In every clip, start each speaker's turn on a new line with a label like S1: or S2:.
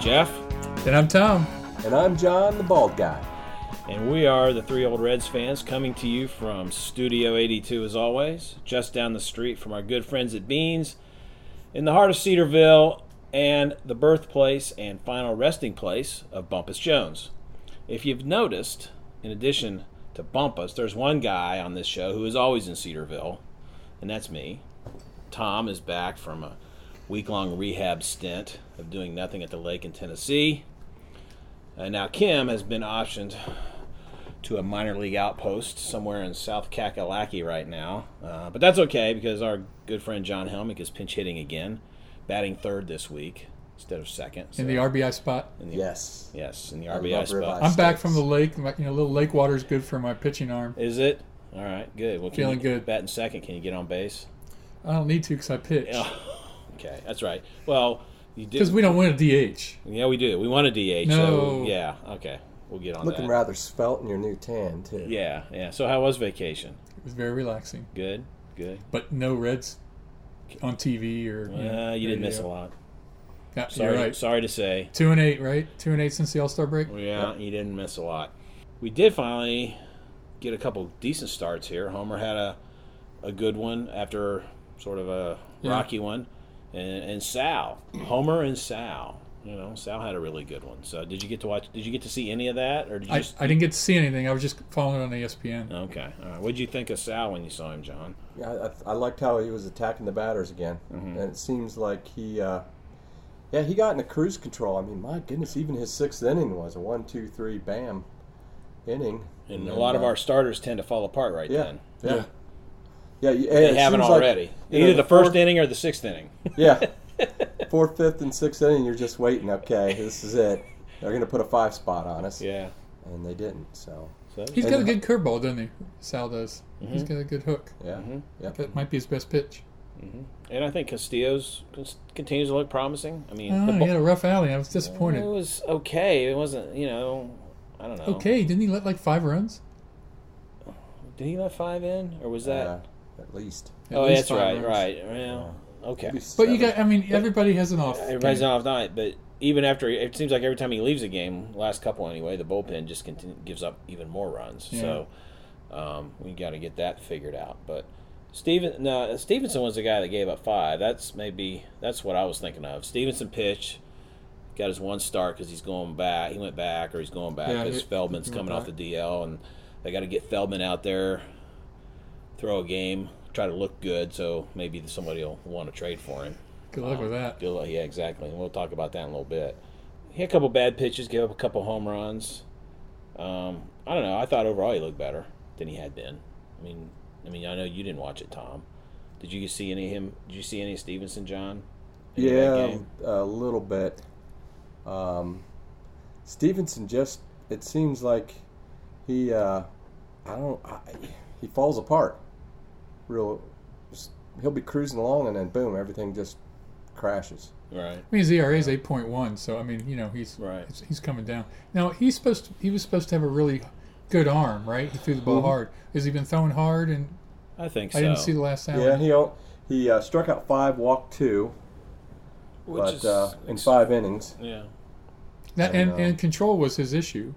S1: Jeff.
S2: And I'm Tom.
S3: And I'm John, the bald guy.
S1: And we are the Three Old Reds fans coming to you from Studio 82, as always, just down the street from our good friends at Beans, in the heart of Cedarville, and the birthplace and final resting place of Bumpus Jones. If you've noticed, in addition to Bumpus, there's one guy on this show who is always in Cedarville, and that's me. Tom is back from a week long rehab stint of doing nothing at the lake in Tennessee. And now Kim has been optioned to a minor league outpost somewhere in South Kakalaki right now. Uh, but that's okay because our good friend John Helmick is pinch hitting again, batting third this week instead of second. So
S2: In the RBI spot.
S1: in the-
S3: Yes.
S1: Yes, in the
S3: I
S1: RBI
S3: love
S1: spot.
S3: ribeye.
S2: I'm back
S3: States.
S2: from the lake. My, you know, a little lake water is good for my pitching arm.
S1: Is it? All right, good. Well, can
S2: Feeling
S1: you
S2: good.
S1: Bat in second. Can you get on base?
S2: I don't need to because I pitch.
S1: Okay, that's right. Well, you
S2: Because
S1: do.
S2: we don't win a DH.
S1: yeah, we do. We want a DH. So
S2: No.
S1: yeah. Okay, we'll get on
S3: Looking
S1: that.
S3: rather svelte in your new tan, too.
S1: Yeah, yeah. So how was vacation?
S2: It was very relaxing.
S1: Good, good.
S2: But no Reds on TV or.
S1: Uh, you didn't miss a lot.
S2: Yeah,
S1: Sorry,
S2: you're right.
S1: sorry to say.
S2: Two and eight, right? Two and eight since the All Star break.
S1: Yeah, you didn't miss a lot. We did finally get a couple decent starts here. Homer had a a good one after sort of a
S2: Yeah.
S1: rocky one, and, and Sal, Homer and Sal. You know, Sal had a really good one. So did you get to watch? Did you get to see any of that, or did you
S2: I,
S1: just?
S2: I didn't get to see anything. I was just following it on E ESPN.
S1: Okay. All right. What did you think of Sal when you saw him, John?
S3: Yeah, I, I liked how he was attacking the batters again,
S1: Mm-hmm.
S3: and it seems like he, uh, yeah, he got into cruise control. I mean, my goodness, even his sixth inning was a one, two, three, bam, inning.
S1: And, a lot of
S3: uh,
S1: our starters tend to fall apart right
S3: yeah,
S1: then.
S3: yeah, yeah, you- and
S1: They
S3: it
S1: haven't
S3: seems like,
S1: already.
S3: you know,
S1: Either
S3: the
S1: the first
S3: fourth-
S1: inning or the sixth inning.
S3: yeah, fourth, fifth, and sixth inning, you're just waiting. Okay, this is it. They're gonna put a five spot on us,
S1: yeah.
S3: and they didn't. So
S1: So
S2: He's
S3: And
S2: got a
S3: the-
S2: good curveball, doesn't he? Sal does.
S1: Mm-hmm.
S2: He's got a good hook.
S3: yeah, yep.
S2: That might be his best pitch.
S1: And I think Castillo's cons- continues to look promising. I mean,
S2: Oh,
S1: the Oh,
S2: he
S1: bu-
S2: had a rough alley. I was
S1: it
S2: disappointed.
S1: was okay. It wasn't, you know, I don't know.
S2: Okay, didn't he let like five runs?
S1: Did he let five in, or was that?
S3: uh, at least.
S2: At
S1: oh, that's
S2: least five
S1: right, right.
S2: runs.
S1: Well, okay.
S3: Maybe
S2: But you
S3: seven.
S2: got, I mean, everybody has an off.
S1: Everybody's
S2: game.
S1: off night, but even after it seems like every time he leaves a game, last couple anyway, the bullpen just continue, gives up even more runs. So um, we got to get that figured out. But Steven, no, Stevenson was the guy that gave up five. That's maybe that's what I was thinking of. Stevenson pitched, got his one start because he's going back. He went back, or he's going back
S2: Yeah,
S1: because
S2: he-
S1: Feldman's
S2: he went
S1: coming off the
S2: back.
S1: DL, and they got to get Feldman out there, throw a game, try to look good, so maybe somebody will want to trade for him.
S2: Good luck with that.
S1: Good luck. Yeah, exactly. And we'll talk about that in a little bit. He had a couple bad pitches, gave up a couple home runs. Um, I don't know. I thought overall he looked better than he had been. I mean, I mean, I know you didn't watch it, Tom. Did you see any of him? Did you see any of Stevenson, John? in that
S3: Yeah,
S1: game?
S3: a little bit. Um, Stevenson just it seems like he uh, I don't I, he falls apart. Real, just, he'll be cruising along and then boom, everything just crashes.
S1: Right.
S2: I mean, his ERA is eight point one, so I mean, you know, he's
S1: Right.
S2: he's- he's coming down. Now he's supposed to, he was supposed to have a really good arm, right? He threw the ball hard. Has he been throwing hard? And
S1: I think Mm-hmm. so.
S2: I didn't see the last out.
S3: Yeah, he don't- he uh, struck out five, walked two,
S1: Which
S3: but
S1: is-
S3: uh, in five innings.
S1: yeah.
S2: that, and, and control was his issue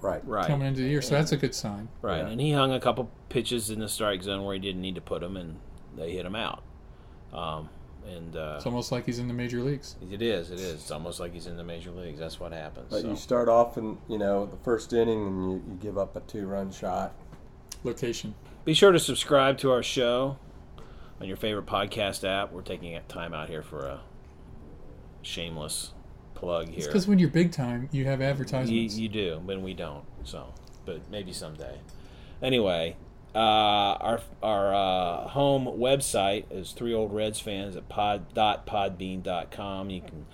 S3: Right.
S1: oh. Right.
S2: coming into the year, so that's a good sign.
S1: Right,
S3: Yeah.
S1: and he hung a couple pitches in the strike zone where he didn't need to put them, and they hit him out. Um, and uh,
S2: It's almost like he's in the major leagues.
S1: it is, it is. It's almost like he's in the major leagues. That's what happens.
S3: But
S1: so.
S3: you start off in you know the first inning and you, you give up a two-run shot.
S2: Location.
S1: Be sure to subscribe to our show on your favorite podcast app. We're taking time out here for a shameless plug
S2: It's
S1: here.
S2: because when you're big time, you have
S1: You,
S2: advertisements.
S1: you do, but we don't. So, but maybe someday. Anyway, uh, our our uh, home website is three old Reds fans at pod dot podbean dot com. You can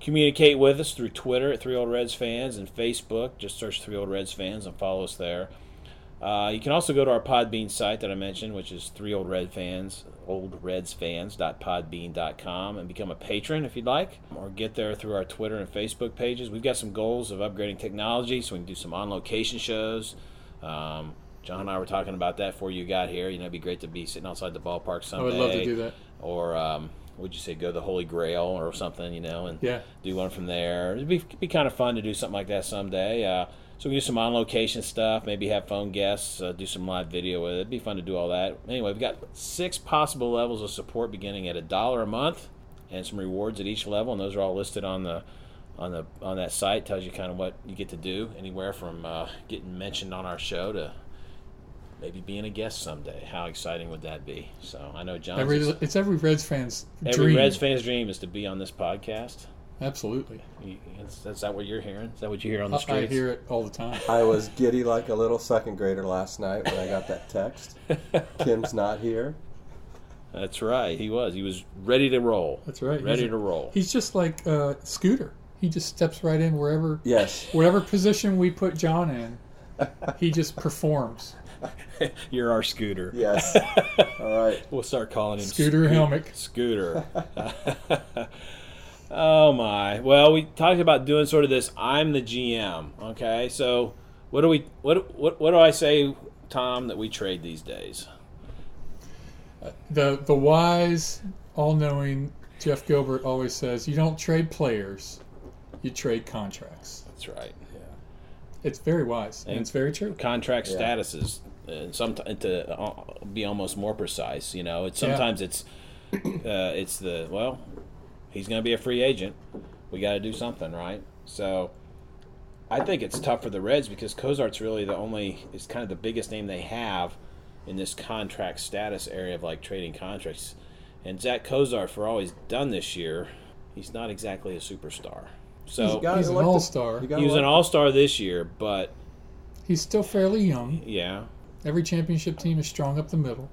S1: communicate with us through Twitter at three old Reds fans and Facebook. Just search three old Reds fans and follow us there. Uh, you can also go to our Podbean site that I mentioned, which is three old red fans, oldredsfans.podbean.com, and become a patron if you'd like, or get there through our Twitter and Facebook pages. We've got some goals of upgrading technology, so we can do some on location shows. Um, John and I were talking about that before you got here. You know, it'd be great to be sitting outside the ballpark
S2: I
S1: someday.
S2: would love to do that.
S1: Or um, would you say go the Holy Grail or something, you know, and
S2: Yeah.
S1: do one from there. It'd be, be kind of fun to do something like that someday. Uh, so we can do some on location stuff, maybe have phone guests, uh, do some live video with it. It'd be fun to do all that. Anyway, we've got six possible levels of support beginning at a dollar a month and some rewards at each level, and those are all listed on the on the on that site. Tells you kind of what you get to do, anywhere from uh, getting mentioned on our show to maybe being a guest someday. How exciting would that be? So I know John.
S2: Every, it's every Reds fan's
S1: Every
S2: dream.
S1: Reds fan's dream is to be on this podcast.
S2: Absolutely.
S1: You- Is, is that what you're hearing? Is that what you hear on the
S2: I, I
S1: streets?
S2: hear it all the time.
S3: I was giddy like a little second grader last night when I got that text. Kim's not here.
S1: That's right. He was. He was ready to roll.
S2: That's right.
S1: Ready
S2: He's-
S1: to roll.
S2: He's just like uh, Scooter. He just steps right in wherever
S3: Yes.
S2: whatever position we put John in. He just performs.
S1: you're our scooter.
S3: Yes. All right.
S1: We'll start calling him
S2: Scooter Helmick.
S1: Scooter. oh my. Well, we talked about doing sort of this. I'm the GM. Okay, so what do we? What what what do I say, Tom? That we trade these days?
S2: The the wise, all knowing Jeff Gilbert always says, You don't trade players, you trade contracts.
S1: That's right.
S2: It's very wise. And it's very true.
S1: Contract statuses, and some to uh, be almost more precise. You know, it's sometimes it's uh, it's the well, he's going to be a free agent. We got to do something, right? So. I think it's tough for the Reds because Cozart's really the only is kind of the biggest name they have in this contract status area of like trading contracts. And Zach Kozart, for all he's done this year, he's not exactly a superstar. So
S3: You gotta
S2: He's an
S3: elect the-
S2: all-star.
S3: you
S1: he,
S3: gotta
S1: was an
S3: elect-
S1: all star this year, but
S2: He's still fairly young.
S1: yeah,
S2: Every championship team is strong up the middle.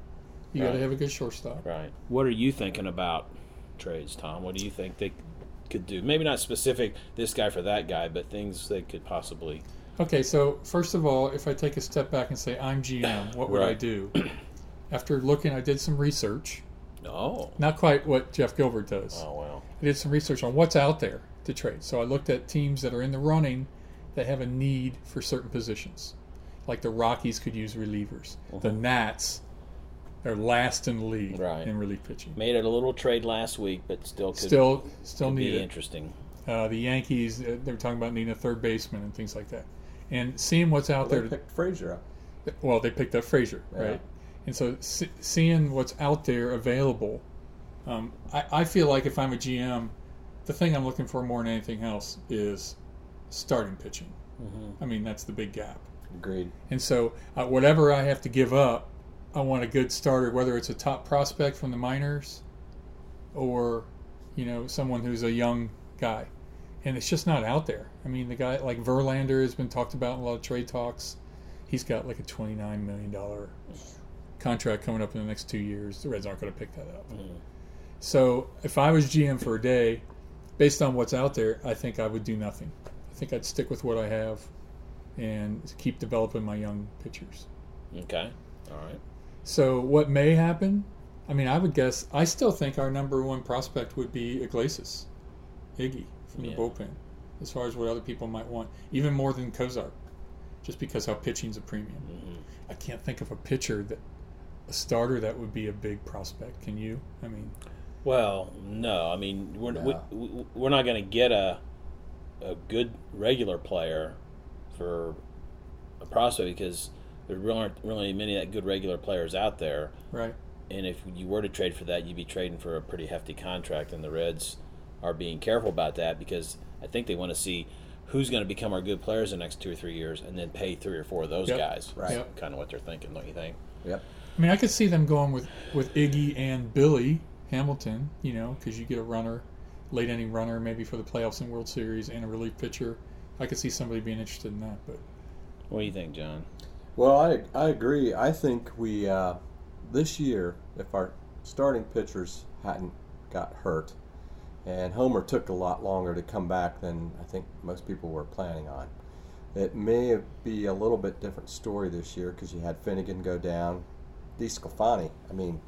S2: You gotta
S1: Right.
S2: have a good shortstop.
S1: right. What are you thinking about trades, Tom? What do you think they could do? Maybe not specific this guy for that guy, but things they could possibly.
S2: Okay, so first of all, if I take a step back and say I'm GM, what would I
S1: Right.
S2: do? After looking, I did some research.
S1: Oh,
S2: Not quite what Jeff Gilbert does.
S1: oh well,
S2: I did some research on what's out there to trade. So I looked at teams that are in the running that have a need for certain positions. Like the Rockies could use relievers.
S1: Uh-huh.
S2: The Nats are last in the league
S1: Right.
S2: in relief pitching.
S1: made it a little trade last week, but still could
S2: Still, still need
S1: be
S2: it.
S1: interesting.
S2: Uh, the Yankees, uh, they were talking about needing a third baseman and things like that. And seeing what's out there
S3: They picked Frazier up.
S2: well, they picked up Frazier, right? And so se- seeing what's out there available, um, I, I feel like if I'm a GM, the thing I'm looking for more than anything else is starting pitching.
S1: Mm-hmm.
S2: I mean, that's the big gap.
S3: Agreed.
S2: And so uh, whatever I have to give up, I want a good starter, whether it's a top prospect from the minors or, you know, someone who's a young guy. And it's just not out there. I mean, the guy like Verlander has been talked about in a lot of trade talks. He's got like a $29 million contract coming up in the next two years. The Reds aren't going to pick that up.
S1: Mm-hmm.
S2: So if I was GM for a day, based on what's out there, I think I would do nothing. I think I'd stick with what I have and keep developing my young pitchers.
S1: Okay, all right.
S2: So what may happen? I mean, I would guess. I still think our number one prospect would be Iglesias, Iggy from the
S1: Yeah.
S2: bullpen, as far as what other people might want, even more than Kozar, just because how pitching's a premium.
S1: Mm-hmm.
S2: I can't think of a pitcher that a starter that would be a big prospect. Can you? I mean,
S1: Well, no. I mean, we're
S3: No.
S1: we, we, we're not going to get a a good regular player for a prospect because there really aren't really many that good regular players out there.
S2: right?
S1: And if you were to trade for that, you'd be trading for a pretty hefty contract. And the Reds are being careful about that because I think they want to see who's going to become our good players in the next two or three years, and then pay three or four of those
S2: Yep.
S1: guys.
S3: Right.
S2: Yep.
S1: Kind of what they're thinking, don't you think?
S3: Yep.
S2: I mean, I could see them going with with Iggy and Billy Hamilton. You know, because you get a runner, late inning runner, maybe for the playoffs and World Series, and a relief pitcher. I could see somebody being interested in that, but
S1: What do you think, John?
S3: Well, I I agree. I think we uh, this year, if our starting pitchers hadn't got hurt, and Homer took a lot longer to come back than I think most people were planning on, it may be a little bit different story this year because you had Finnegan go down, DeSclafani. I mean,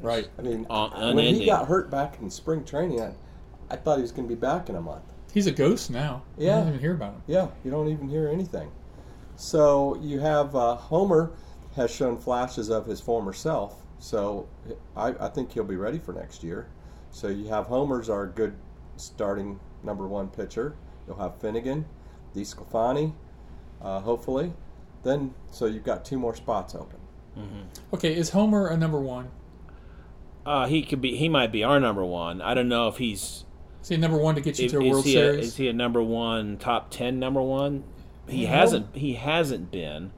S2: right.
S3: I mean,
S1: Un-
S3: when
S1: Uh, unending.
S3: he got hurt back in spring training, I, I thought he was going to be back in a month.
S2: He's a ghost now. You
S3: Yeah.
S2: don't even hear about him.
S3: Yeah, you don't even hear anything. So you have uh, Homer has shown flashes of his former self. So I, I think he'll be ready for next year. So you have Homer's our good starting number one pitcher. You'll have Finnegan, DeSclafani, uh, hopefully. Then so you've got two more spots open.
S2: Okay, is Homer a number one?
S1: Uh, he could be. He might be our number one. I don't know if he's.
S2: Is he number one to get you
S1: If,
S2: to a
S1: is,
S2: World
S1: he a,
S2: Series?
S1: is he a number one? Top ten number one? He
S2: No.
S1: hasn't. He hasn't been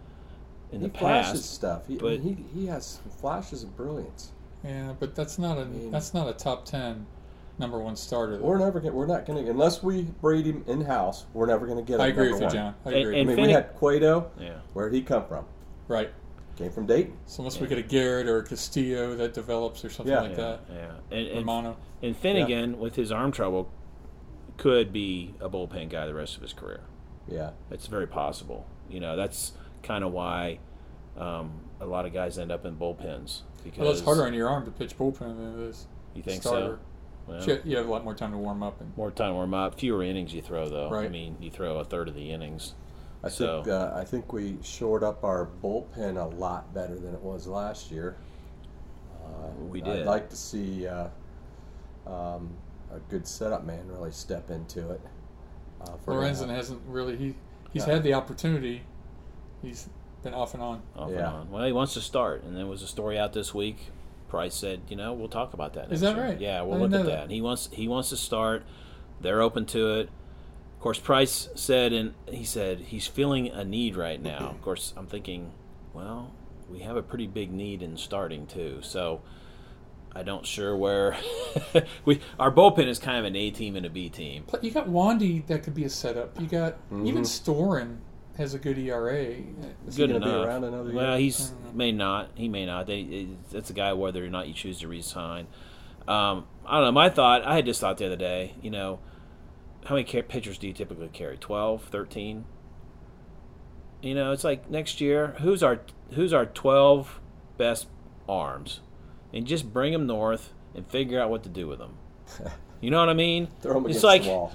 S1: in
S3: He
S1: the
S3: flashes
S1: past.
S3: stuff. He,
S1: but-
S3: he he has flashes of brilliance.
S2: Yeah, but that's not a
S3: mean-
S2: that's not a top ten number one starter.
S3: We're never get, we're not going to unless we breed him in house. We're never going to get.
S2: I
S3: a
S2: agree
S3: number
S2: with you, John.
S3: one.
S2: I
S1: And-
S2: agree.
S3: I
S1: and-
S3: mean, we
S1: Finne-
S3: had Cueto.
S1: Yeah.
S3: Where'd he come from?
S2: right.
S3: Came from Dayton.
S2: So unless we get a Garrett or a Castillo that develops or something
S3: Yeah.
S2: like
S1: Yeah.
S2: that,
S1: Yeah. And, and,
S2: Romano.
S1: and Finnegan with his arm trouble could be a bullpen guy the rest of his career.
S3: Yeah.
S1: It's very possible. You know, that's kind of why um, a lot of guys end up in bullpens because
S2: Well, it's harder on your arm to pitch bullpen than it is
S1: you think
S2: starter.
S1: so. Well,
S2: Shit, You have a lot more time to warm up and
S1: More time warm up, fewer innings you throw though. I
S2: Right.
S1: mean, you throw a third of the innings.
S3: I
S1: So-
S3: think uh, I think we shored up our bullpen a lot better than it was last year. Uh,
S1: We
S3: I'd
S1: did.
S3: like to see uh, um, a good setup man really step into it. Uh, for
S2: Lorenzen
S3: now.
S2: hasn't really he he's
S3: Yeah.
S2: had the opportunity. He's been off and on.
S1: Off and
S3: Yeah.
S1: on. Well, he wants to start, and there was a story out this week. Price said, "You know, we'll talk about that." Next
S2: Is that
S1: year.
S2: right?
S1: Yeah,
S2: I
S1: we'll
S2: didn't
S1: look at
S2: know
S1: that.
S2: that.
S1: He wants he wants to start. They're open to it. Of course, Price said, and he said he's feeling a need right now. Of course, I'm thinking, well, we have a pretty big need in starting too. So I don't sure where we our bullpen is kind of an A team and a B team.
S2: But you got Wandy that could be a setup. You got
S1: Mm-hmm.
S2: even Storin has a good ERA.
S3: Is he
S1: good
S3: gonna
S1: enough.
S3: be around another
S1: well,
S3: year?
S1: he's may not. He may not. They, it, that's a guy whether or not you choose to resign. Um, I don't know. My thought. I had this thought the other day. You know, how many car- pitchers do you typically carry? 12, 13? You know, it's like next year. Who's our Who's our twelve best arms? And just bring them north and figure out what to do with them. You know what I mean?
S3: Throw him
S1: it's
S3: against
S1: like
S3: the wall.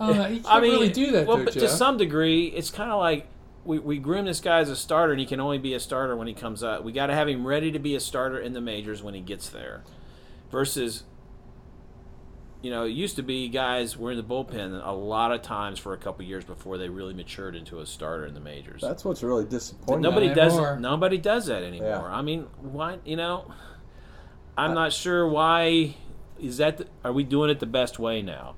S2: Uh, you can't
S1: I mean,
S2: really do that
S1: Well,
S2: though,
S1: but to
S2: Jeff.
S1: some degree, it's kind of like we, we groom this guy as a starter, and he can only be a starter when he comes up. We got to have him ready to be a starter in the majors when he gets there. Versus, you know, it used to be guys were in the bullpen a lot of times for a couple years before they really matured into a starter in the majors.
S3: That's what's really disappointing.
S1: nobody
S2: Not
S1: does.
S2: anymore.
S1: Nobody does that anymore.
S3: Yeah.
S1: I mean, why? You know, I'm not sure why. Is that? The, are we doing it the best way now?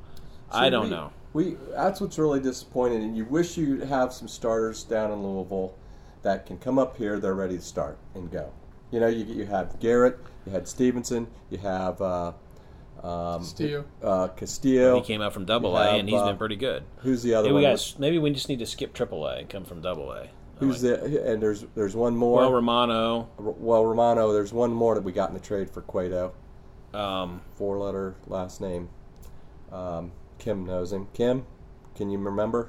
S1: I
S3: See,
S1: don't
S3: we-
S1: know.
S3: We that's what's really disappointing, and you wish you'd have some starters down in Louisville that can come up here. They're ready to start and go. You know, you you have Garrett, you had Stevenson, you have uh, um,
S2: Castillo.
S3: uh, Castillo.
S1: He came out from Double A,
S3: have,
S1: and he's
S3: uh,
S1: been pretty good.
S3: Who's the other
S1: Maybe we
S3: one?
S1: got, maybe we just need to skip Triple A and come from Double A.
S3: Who's the and there's there's one more.
S1: Well, Romano.
S3: R- well, Romano. There's one more that we got in the trade for Cueto.
S1: Um,
S3: Four letter last name. Um, Kim knows him. Kim, can you remember?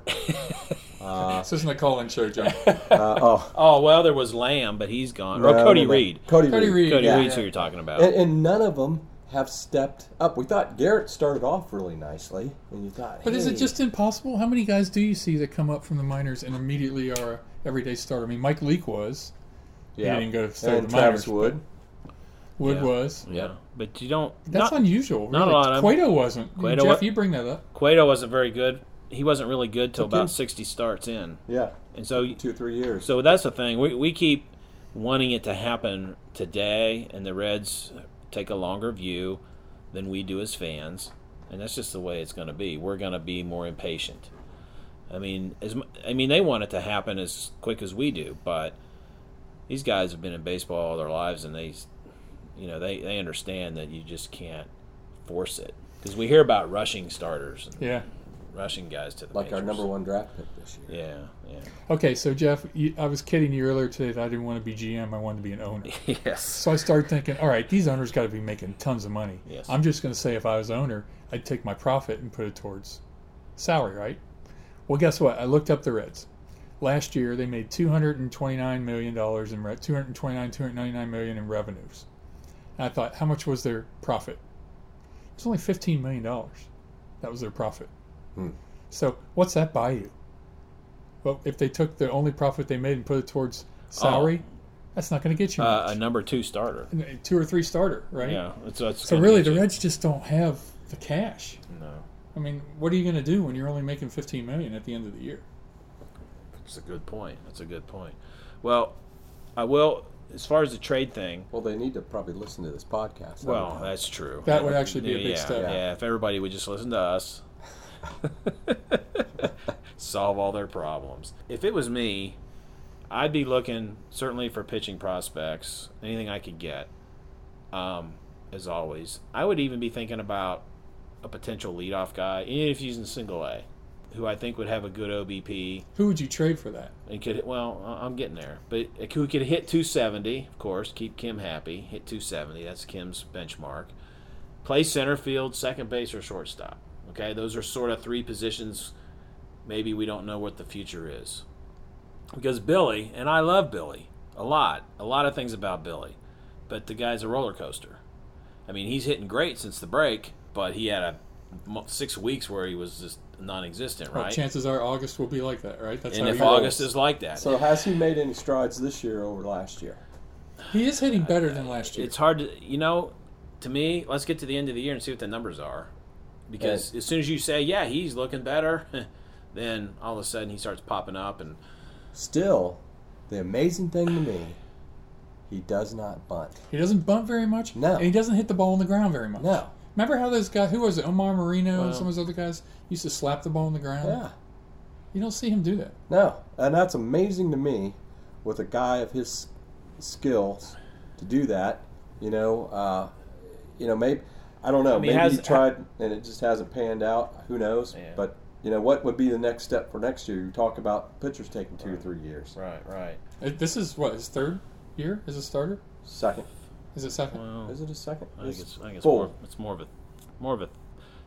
S3: uh,
S2: This isn't a call-in show, John.
S3: uh, oh,
S1: oh well, there was Lamb, but he's gone. or
S3: No,
S1: Cody
S3: no, no.
S1: Reed.
S3: Cody,
S2: Cody
S3: Reed.
S2: Reed.
S1: Cody
S2: yeah.
S1: Reed's who you're talking about.
S3: And, and none of them have stepped up. We thought Garrett started off really nicely, and you thought,
S2: But is it
S3: hey,
S2: just impossible? How many guys do you see that come up from the minors and immediately are a everyday starter? I mean, Mike Leake was.
S3: yeah.
S2: didn't go through
S3: and
S2: the minors,
S3: Travis
S2: but-
S3: Wood.
S2: Wood
S1: Yeah.
S2: was.
S1: yeah, but you don't.
S2: That's
S1: not,
S2: unusual.
S1: not a
S2: Really.
S1: lot of 'em.
S2: Cueto wasn't. I mean,
S1: Cueto
S2: Jeff,
S1: wa-
S2: you bring that up.
S1: Cueto wasn't very good. He wasn't really good till
S3: Okay.
S1: about 60 starts in,
S3: Yeah,
S1: and so
S3: two or three years.
S1: so that's the thing. We we keep wanting it to happen today, and the Reds take a longer view than we do as fans, and that's just the way it's going to be. We're going to be more impatient. I mean, as mu- I mean, they want it to happen as quick as we do, but these guys have been in baseball all their lives, and they, s- you know, they they understand that you just can't force it because we hear about rushing starters and
S2: Yeah.
S1: rushing guys to the
S3: like our
S1: majors.
S3: number one draft pick this year.
S1: Yeah, yeah,
S2: Okay, so Jeff, you, I was kidding you earlier today that I didn't want to be GM. I wanted to be an owner.
S1: yes.
S2: So I started thinking, all right, these owners got to be making tons of money.
S1: Yes.
S2: I'm just going to say if I was owner, I'd take my profit and put it towards salary, right? Well, guess what? I looked up the Reds. Last year they made 229 million dollars in re- 229 299 million in revenues. And I thought, how much was their profit? It's only 15 million dollars. That was their profit.
S3: Hmm.
S2: So what's that buy you? Well, if they took the only profit they made and put it towards
S1: Oh,
S2: salary, That's not going to get you
S1: uh, a
S2: much.
S1: number two starter.
S2: two or three starter, right?
S1: Yeah, that's, that's
S2: So
S1: gonna
S2: really,
S1: get
S2: the
S1: you-
S2: Reds just don't have the cash.
S1: No,
S2: I mean, what are you going to do when you're only making 15 million at the end of the year?
S1: that's a good point. That's a good point. Well, I will. As far as the trade thing,
S3: Well, they need to probably listen to this podcast. I
S1: well,
S3: don't know.
S1: that's true.
S2: That would actually be a big
S1: yeah,
S2: step.
S1: Yeah, if everybody would just listen to us, solve all their problems. If it was me, I'd be looking certainly for pitching prospects, anything I could get. Um, as always, I would even be thinking about a potential leadoff guy, even if he's in single A, who I think would have a good OBP
S2: Who would you trade for that?
S1: and could well, I- I'm getting there, but who could hit 270, of course, keep Kim happy. Hit 270, that's Kim's benchmark. Play center field, second base, or shortstop. Okay, those are sort of three positions. Maybe we don't know what the future is because Billy and I love Billy a lot, a lot of things about Billy, but the guy's a roller coaster. I mean, he's hitting great since the break, but he had a mo- six weeks where he was just non-existent,
S2: Well,
S1: right?
S2: chances are August will be like that, right? That's
S1: and
S2: how
S1: if
S2: Oh, you-
S1: August is like that,
S3: so has he made any strides this year over last year?
S2: he is hitting better than last year.
S1: Uh, It's hard to, you know, to me, let's get to the end of the year and see what the numbers are. Because as soon as you say, yeah, he's looking better, then all of a sudden he starts popping up. And
S3: Still, the amazing thing to me, he does not bunt.
S2: He doesn't bunt very much.
S3: No.
S2: And he doesn't hit the ball on the ground very much.
S3: No.
S2: Remember how those guys, who was it, Omar Marino
S1: Well-
S2: and some of those other guys, used to slap the ball on the ground?
S3: Yeah.
S2: You don't see him do that.
S3: No, and that's amazing to me, with a guy of his skills, to do that. You know, uh, you know, maybe I don't know.
S1: mean,
S3: maybe
S1: has-
S3: he tried and it just hasn't panned out. Who knows?
S1: Yeah.
S3: But you know, what would be the next step for next year? You talk about pitchers taking two or three years.
S1: Right, right.
S2: Uh, This is what, his third year as a starter?
S3: Second,
S2: Is it second?
S1: Well,
S3: is it a second?
S1: Hmm. I think it's, I think it's,
S3: full.
S1: more, it's more of a more of a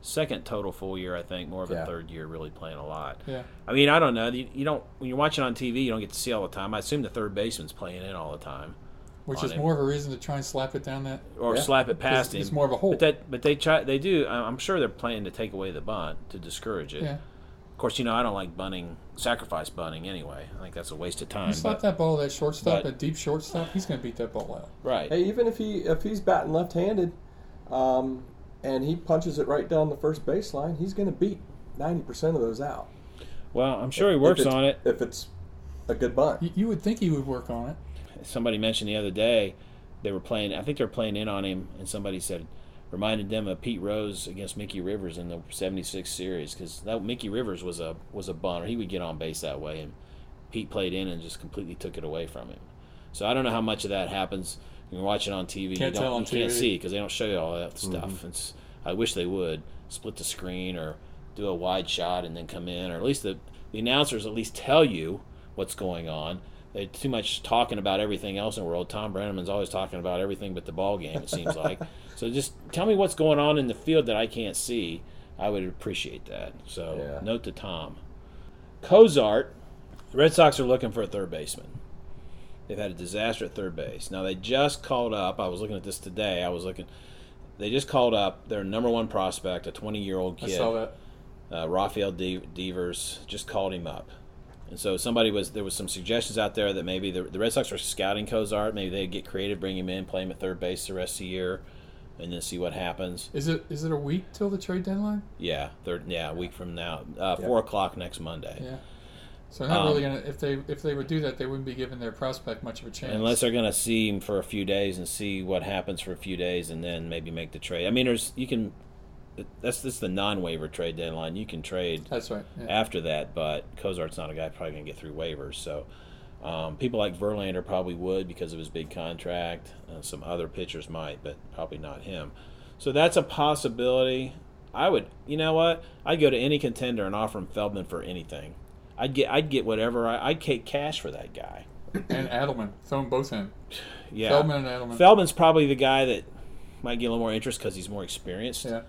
S1: second total full year, I think, more of
S3: Yeah.
S1: a third year really playing a lot.
S2: Yeah.
S1: I mean, I don't know. You, you don't when you're watching on TV, you don't get to see all the time. I assume the third baseman's playing in all the time.
S2: Which
S1: on
S2: is
S1: him.
S2: more of a reason to try and slap it down that.
S1: or
S3: Yeah.
S1: slap it past him.
S2: It's- it's more of a hole.
S1: But, that, but they try, they do. I- I'm sure they're planning to take away the bunt to discourage it.
S2: Yeah.
S1: Of course, you know I don't like bunting, sacrifice bunting anyway. I think that's a waste of time.
S2: You slap
S1: but-
S2: that ball, that shortstop,
S1: but-
S2: that deep shortstop, he's going to beat that ball out.
S1: right.
S3: Hey, even if he if he's batting left-handed, um, and he punches it right down the first baseline, he's going to beat ninety percent of those out.
S1: Well, I'm sure he works
S3: If it's-
S1: on it.
S3: if it's a good bunt.
S2: You, you would think he would work on it.
S1: Somebody mentioned the other day they were playing. I think they were playing in on him, and somebody said reminded them of Pete Rose against Mickey Rivers in the '76 series because that Mickey Rivers was a was a bunter. He would get on base that way, and Pete played in and just completely took it away from him. So I don't know how much of that happens. You can watch it on TV. you don't,
S2: Can't tell on
S1: you can't
S2: TV.
S1: see because they don't show you all that stuff. It's I wish they would split the screen or do a wide shot and then come in, or at least the the announcers at least tell you what's going on. They're too much talking about everything else in the world. Tom Brenneman's always talking about everything but the ball game. It seems like. So just tell me what's going on in the field that I can't see. I would appreciate that. So
S3: Yeah.
S1: note to Tom. Cozart, the Red Sox are looking for a third baseman. They've had a disaster at third base. Now they just called up. I was looking at this today. I was looking. They just called up their number one prospect, a 20 year old
S2: I
S1: kid,
S2: saw that.
S1: Uh, Rafael De- Devers. Just called him up. And so somebody was there was some suggestions out there that maybe the, the Red Sox were scouting Cozart. Maybe they'd get creative, bring him in, play him at third base the rest of the year, and then see what happens.
S2: Is it is it a week till the trade deadline?
S1: Yeah, third. Yeah, a week from now, uh, four o'clock next Monday.
S2: Yeah. So they're not really
S1: Um,
S2: gonna if they if they would do that they wouldn't be giving their prospect much of a chance.
S1: Unless they're going to see him for a few days and see what happens for a few days, and then maybe make the trade. I mean, there's you can. That's this is the non-waiver trade deadline. You can trade
S2: that's right. Yeah.
S1: after that, but Cozart's not a guy probably going to get through waivers. So um, people like Verlander probably would because of his big contract. Uh, some other pitchers might, but probably not him. So that's a possibility. I would, you know what? I'd go to any contender and offer him Feldman for anything. I'd get, I'd get whatever. I, I'd take cash for that guy.
S2: And Adelman, throw 'em both in.
S1: Yeah.
S2: Feldman and Adelman.
S1: Feldman's probably the guy that might get a little more interest because he's more experienced.
S2: yeah.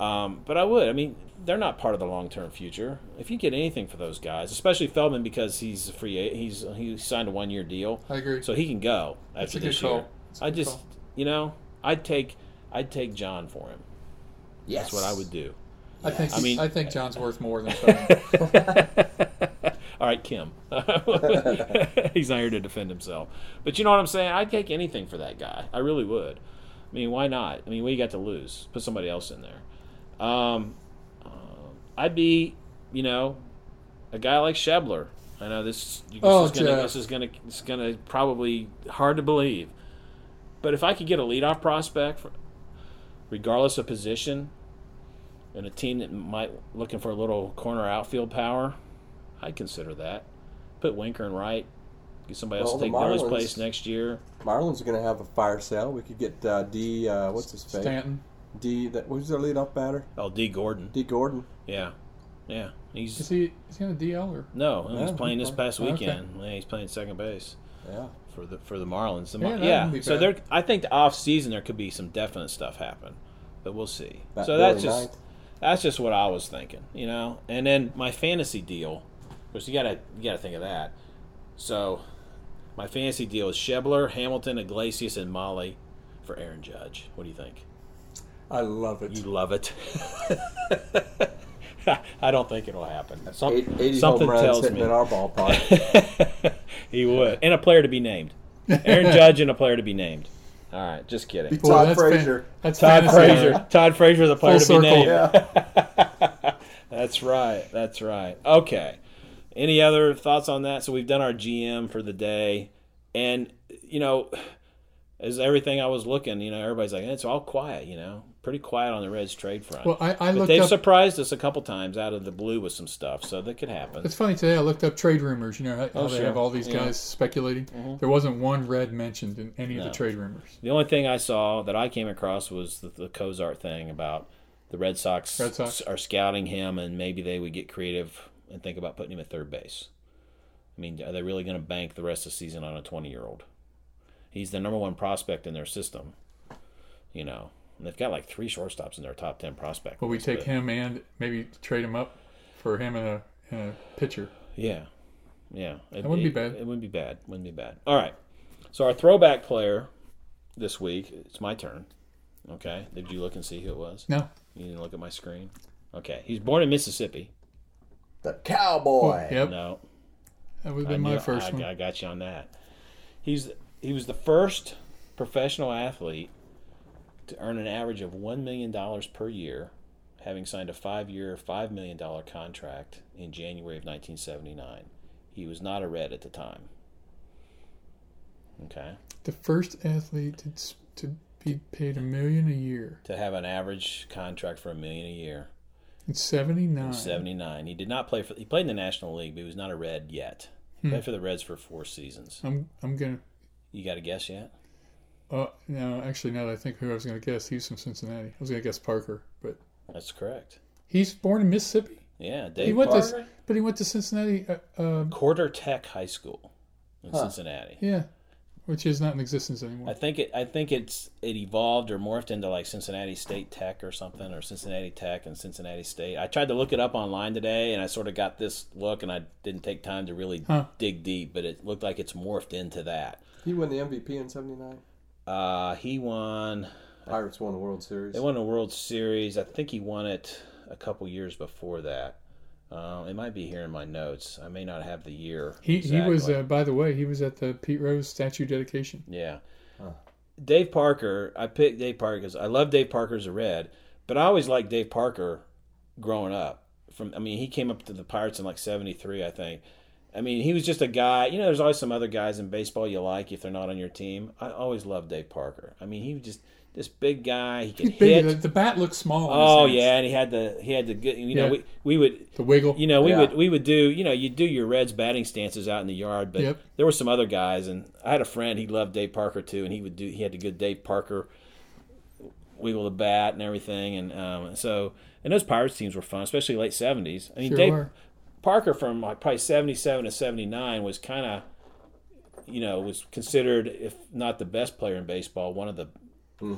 S1: Um, but I would. I mean, they're not part of the long term future. If you get anything for those guys, especially Feldman because he's a free, a- he's he signed a one year deal,
S2: I agree.
S1: so he can go after
S2: a good
S1: this
S2: call.
S1: year.
S2: That's a
S1: I
S2: good
S1: just,
S2: call.
S1: you know, I'd take, I'd take John for him.
S3: Yes.
S1: That's what I would do.
S2: I think
S1: I mean-
S2: I think John's worth more than Feldman.
S1: oh, All right, Kim. He's not here to defend himself. But you know what I'm saying? I'd take anything for that guy. I really would. I mean, why not? I mean, what do you got to lose? Put somebody else in there. Um, um, I'd be, you know, a guy like Shebler. I know this. This,
S2: Oh,
S1: is gonna,
S2: Jeff.
S1: this is gonna. It's gonna probably hard to believe. But if I could get a leadoff prospect, for, regardless of position, and a team that might looking for a little corner outfield power, I'd consider that. Put Winker and Wright. Get somebody else
S3: Well,
S1: to
S3: the
S1: take Darno's
S3: Marlins-
S1: place next year.
S3: Marlins are going to have a fire sale. We could get uh, D. Uh, what's his face?
S2: Stanton.
S3: D. That who's their leadoff batter?
S1: Oh, D. Gordon.
S3: D. Gordon.
S1: Yeah, yeah. He's
S2: Is he is he on the DL or?
S1: No, he's
S3: No,
S1: playing
S3: he's
S1: this past
S2: playing.
S1: weekend. Yeah, he's playing second base
S3: Yeah.
S1: for the for the Marlins. The
S2: Yeah,
S1: Mar-
S2: that
S1: yeah.
S2: wouldn't be
S1: so
S2: bad.
S1: there, I think the off season there could be some definite stuff happen, but we'll see.
S3: That
S1: so that's
S3: early
S1: just
S3: ninth.
S1: that's just what I was thinking, you know. And then my fantasy deal, because you gotta you gotta think of that. So my fantasy deal is Shebler, Hamilton, Iglesias, and Molly for Aaron Judge. What do you think?
S2: I love it.
S1: You love it. I don't think it'll happen. Some-
S3: Eight- 80
S1: something
S3: home runs
S1: tells
S3: hitting
S1: me
S3: in our ballpark.
S1: he would. And a player to be named. Aaron Judge and a player to be named. All right, just kidding.
S3: Todd
S2: fan-
S3: Frazier.
S2: that's
S1: Todd
S2: fantasy.
S1: Frazier. Todd Frazier, the player to
S2: Full
S1: be
S2: circle.
S1: named.
S3: yeah.
S1: That's right. That's right. Okay. Any other thoughts on that? So we've done our GM for the day, and you know, as everything I was looking, you know, everybody's like, it's all quiet. You know, pretty quiet on the Reds trade front.
S2: Well, I, I
S1: but
S2: looked
S1: they've
S2: up.
S1: surprised us a couple times out of the blue with some stuff, so that could happen.
S2: it's funny today. I looked up trade rumors. You know how, how
S1: Oh,
S2: they
S1: sure.
S2: have all these
S1: Yeah. Mm-hmm.
S2: guys speculating. There wasn't one red mentioned in any
S1: No.
S2: of the trade rumors.
S1: The only thing I saw that I came across was the, the Cozart thing about the Red Sox,
S2: Red Sox.
S1: are scouting him, and maybe they would get creative and think about putting him at third base. I mean, are they really going to bank the rest of the season on a 20 year old? He's the number one prospect in their system, you know. And they've got like three shortstops in their top 10 prospect.
S2: Will we
S1: list,
S2: take
S1: but-
S2: him and maybe trade him up for him and a, and a pitcher?
S1: Yeah, yeah. It
S2: wouldn't be
S1: it-
S2: bad.
S1: It wouldn't be bad. Wouldn't be bad. All right. So our throwback player this week. It's my turn. Okay. Did you look and see who it was?
S2: No.
S1: You didn't look at my screen. Okay. He's born in Mississippi.
S3: The Cowboy.
S2: Yep.
S1: No.
S2: That would have
S1: I
S2: been
S1: knew-
S2: my first
S1: I,
S2: one.
S1: I got you on that. He's he was the first professional athlete to earn an average of one million dollars per year, having signed a five-year, five million dollar contract in January of 1979. He was not a Red at the time. Okay,
S2: The first athlete to, to be paid a million a year
S1: to have an average contract for a million a year.
S2: in '79.
S1: 79. He did not play for. He played in the National League, but he was not a Red yet. He
S2: Hmm.
S1: played for the Reds for four seasons.
S2: I'm I'm gonna.
S1: You got a guess yet?
S2: Oh no, actually, now that I think who I was gonna guess, he's from Cincinnati. I was gonna guess Parker, but
S1: That's correct.
S2: he's born in Mississippi.
S1: Yeah,
S2: He
S1: Dave
S2: went
S1: Parker,
S2: to, but he went to Cincinnati. Uh, uh,
S1: Quarter Tech High School in Cincinnati.
S2: yeah, which is not in existence
S1: I
S2: anymore.
S1: think it. I think it's it evolved or morphed into like Cincinnati State Tech or something, or Cincinnati Tech and Cincinnati State. I tried to look it up online today, and I sort of got this look, and I didn't take time to really
S2: Huh.
S1: dig deep, but it looked like it's morphed into that.
S3: He won the MVP in '79.
S1: Uh, he won.
S3: Pirates won the World Series.
S1: They won a World Series. I think he won it a couple years before that. Uh, it might be here in my notes. I may not have the year.
S2: He he was.
S1: exactly.
S2: Uh, by the way, he was at the Pete Rose statue dedication.
S1: yeah. Dave Parker. I picked Dave Parker because I love Dave Parker as a Red, but I always liked Dave Parker growing up. From I mean, he came up to the Pirates in like '73, I think. I mean, he was just a guy. You know, there's always some other guys in baseball you like if they're not on your team. I always loved Dave Parker. I mean, he was just this big guy. He could
S2: He's big.
S1: hit.
S2: The, the bat looks small. in his
S1: Oh
S2: hands.
S1: yeah, and he had the he had the good. You know,
S2: Yeah.
S1: we we would
S2: the wiggle.
S1: you know we
S3: Yeah.
S1: would we would do you know you do your Reds batting stances out in the yard, but
S2: Yep.
S1: there were some other guys, and I had a friend he loved Dave Parker too, and he would do he had the good Dave Parker wiggle the bat and everything, and um, so and those Pirates teams were fun, especially late seventies. I mean,
S2: Sure
S1: Dave
S2: were.
S1: Parker from like probably seventy seven to seventy nine was kind of you know was considered if not the best player in baseball, one of the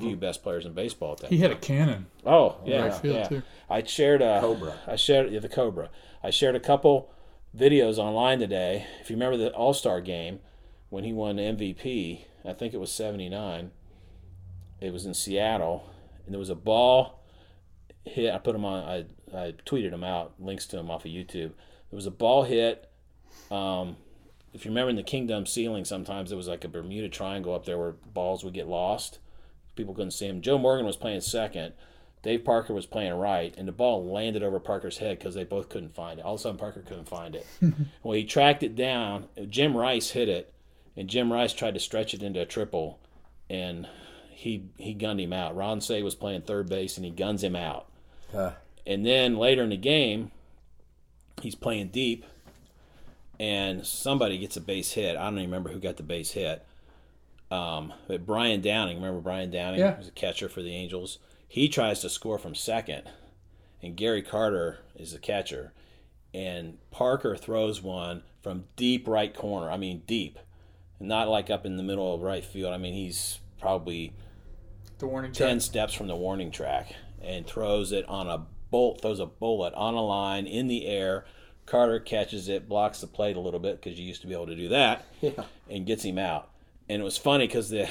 S1: few best players in baseball at that
S2: He had a cannon.
S1: Oh yeah,
S2: Right field,
S1: yeah.
S2: too.
S1: I shared a
S3: Cobra.
S1: I shared yeah, the Cobra. I shared a couple videos online today. If you remember the All Star game when he won MVP, I think it was '79. It was in Seattle, and there was a ball hit. I put him on. I I tweeted him out. Links to him off of YouTube. There was a ball hit Um, if you remember in the kingdom ceiling, sometimes it was like a Bermuda Triangle up there where balls would get lost. People couldn't see him. Joe Morgan was playing second. Dave Parker was playing right, and the ball landed over Parker's head because they both couldn't find it. All of a sudden, Parker couldn't find it. well, he tracked it down. Jim Rice hit it, and Jim Rice tried to stretch it into a triple, and he he gunned him out. Ron Say was playing third base, and he guns him out.
S3: Huh.
S1: Oh, And then later in the game, he's playing deep, and somebody gets a base hit. I don't even remember who got the base hit. Um, but Brian Downing, remember Brian Downing?
S2: Yeah.
S1: He was a catcher for the Angels. He tries to score from second, and Gary Carter is the catcher. And Parker throws one from deep right corner. I mean, deep. Not like up in the middle of right field. I mean, he's probably
S2: The warning
S1: 10
S2: check.
S1: steps from the warning track and throws it on a bolt, throws a bullet on a line in the air. Carter catches it, blocks the plate a little bit because you used to be able to do that, and gets him out. And it was funny because they,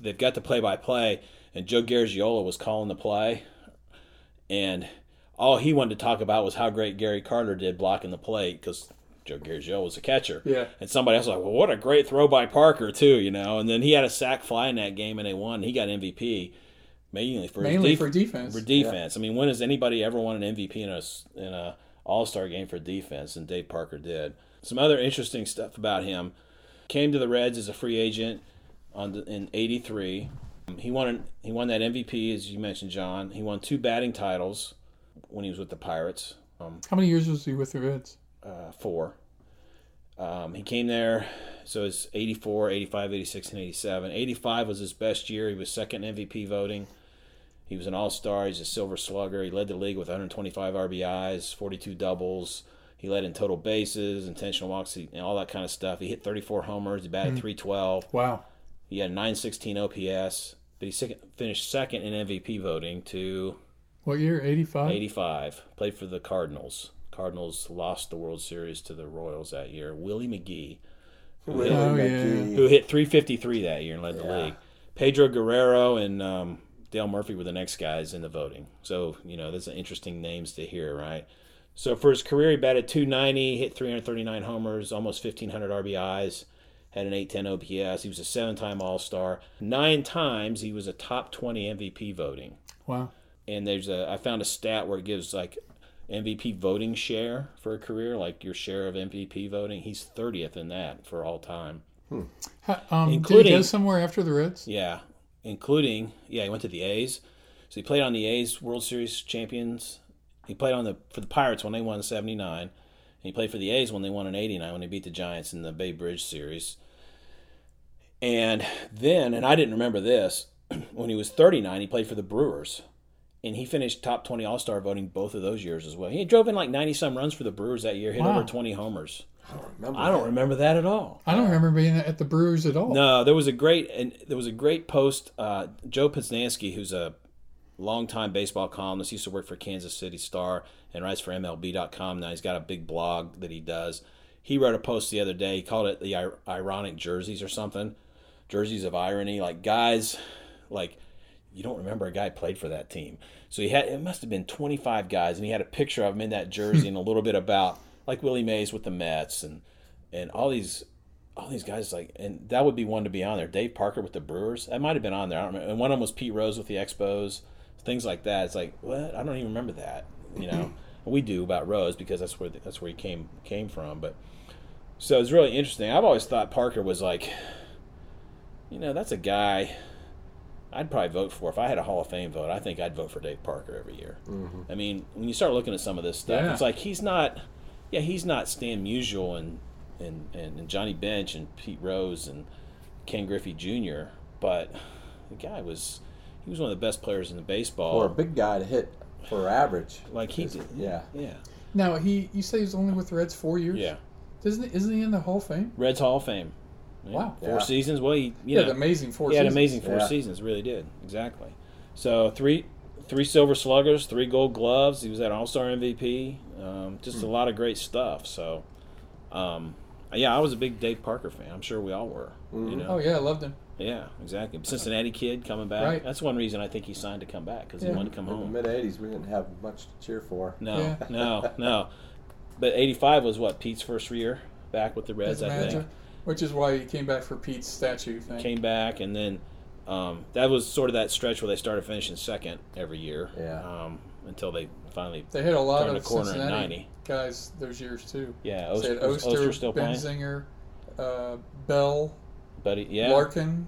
S1: they've got the play by play, and Joe Garagiola was calling the play, and all he wanted to talk about was how great Gary Carter did blocking the plate because Joe Garagiola was a catcher.
S2: Yeah.
S1: And somebody else was like, well, what a great throw by Parker, too, you know. And then he had a sack fly in that game, and they won. He got MVP mainly for his
S2: Mainly
S1: def-
S2: for defense.
S1: for defense. I mean, when has anybody ever won an MVP in a s- in a All Star game for defense? And Dave Parker did. Some other interesting stuff about him: came to the Reds as a free agent on the, in '83. He won he won that MVP as you mentioned, John. He won two batting titles when he was with the Pirates. Um,
S2: How many years was he with the Reds?
S1: uh, four. Um, he came there, so it's 84, 85, 86, and 87. 85 was his best year. He was second in MVP voting. He was an all star. He's a silver slugger. He led the league with 125 RBIs, 42 doubles. He led in total bases, intentional walks, he- and all that kind of stuff. He hit 34 homers. He batted 312.
S2: Wow.
S1: He had a 916 OPS, but he sec- finished second in MVP voting to
S2: What year? 85?
S1: 85. Played for the Cardinals. Cardinals lost the World Series to the Royals that year. Willie McGee,
S3: Willie
S2: Oh, yeah.
S3: McGee.
S1: who hit 353 that year and led the
S3: Yeah.
S1: league. Pedro Guerrero and um, Dale Murphy were the next guys in the voting. So, you know, that's interesting names to hear, right? So for his career, he batted 290, hit 339 homers, almost 1,500 RBIs, had an 810 OPS. He was a seven time All Star. Nine times he was a top 20 MVP voting
S2: Wow.
S1: and there's a I found a stat where it gives like MVP voting share for a career, like your share of MVP voting. He's thirtieth in that for all time.
S2: How, um, Did
S1: Including-
S2: he go somewhere after the Reds?
S1: Yeah, including yeah, he went to the A's, so he played on the A's World Series champions. He played on the for the Pirates when they won seventy nine, and he played for the A's when they won in eighty nine when they beat the Giants in the Bay Bridge series. And then, and I didn't remember this, when he was thirty nine, he played for the Brewers. And he finished top twenty All Star voting both of those years as well. He drove in like ninety some runs for the Brewers that year, hit
S2: Wow.
S1: over twenty homers.
S3: I don't remember.
S1: I don't remember that at all.
S2: I don't remember being at the Brewers at all.
S1: No, there was a great and there was a great post. Uh, Joe Posnanski, who's a longtime baseball columnist, used to work for Kansas City Star and writes for MLB.com. Now he's got a big blog that he does. He wrote a post the other day. He called it the ir- ironic jerseys or something. Jerseys of irony, like guys, like you don't remember a guy played for that team. So he had it must have been 25 guys, and he had a picture of him in that jersey and a little bit about like Willie Mays with the Mets and and all these all these guys like and that would be one to be on there. Dave Parker with the Brewers that might have been on there. I don't remember. And one of them was Pete Rose with the Expos, things like that. It's like what I don't even remember that. You know we do about Rose because that's where that's where he came came from. But so it's really interesting. I've always thought Parker was like, you know, that's a guy. I'd probably vote for if I had a Hall of Fame vote. I think I'd vote for Dave Parker every year.
S3: Mm-hmm.
S1: I mean, when you start looking at some of this stuff,
S2: Yeah.
S1: it's like he's not, yeah, he's not Stan Musial and and and, and Johnny Bench and Pete Rose and Ken Griffey Jr. But the guy was, he was one of the best players in the baseball.
S3: Or a big guy to hit for average.
S1: like he did,
S3: Yeah.
S1: yeah,
S2: Now he, you say he was only with the Reds four years.
S1: yeah.
S2: Isn't he, isn't he in the Hall of Fame?
S1: Reds Hall of Fame. Yeah.
S2: Wow.
S1: four
S3: Yeah.
S1: seasons. Well, he, you
S2: Yeah,
S1: know,
S2: amazing four.
S1: he had
S2: seasons.
S1: amazing four
S3: Yeah.
S1: seasons. Really did exactly. So three three silver sluggers, three gold gloves. He was at All Star MVP. Um, just a lot of great stuff. So, um, yeah, I was a big Dave Parker fan. I'm sure we all were.
S3: Hmm.
S1: You know,
S2: Oh yeah, I loved him.
S1: yeah, exactly. Cincinnati kid coming back.
S2: Right.
S1: That's one reason I think he signed to come back because
S2: Yeah.
S1: he wanted to come
S3: Mm-hmm. In the
S1: home.
S3: mid 80s, we didn't have much to cheer for.
S1: No,
S2: Yeah.
S1: no, no. But '85 was what Pete's first year back with the Reds,
S2: As
S1: I
S2: manager,
S1: think.
S2: Which is why he came back for Pete's statue thing.
S1: Came back, and then um, that was sort of that stretch where they started finishing second every year.
S3: Yeah.
S1: Um, until they finally.
S2: They hit a lot
S1: Turned
S2: of
S1: the corner at
S2: Cincinnati
S1: 90.
S2: guys those years too.
S1: Yeah,
S2: So they
S1: Oster,
S2: had
S1: was Oster still playing.
S2: Benzinger, uh, Bell,
S1: Buddy, yeah.
S2: Larkin,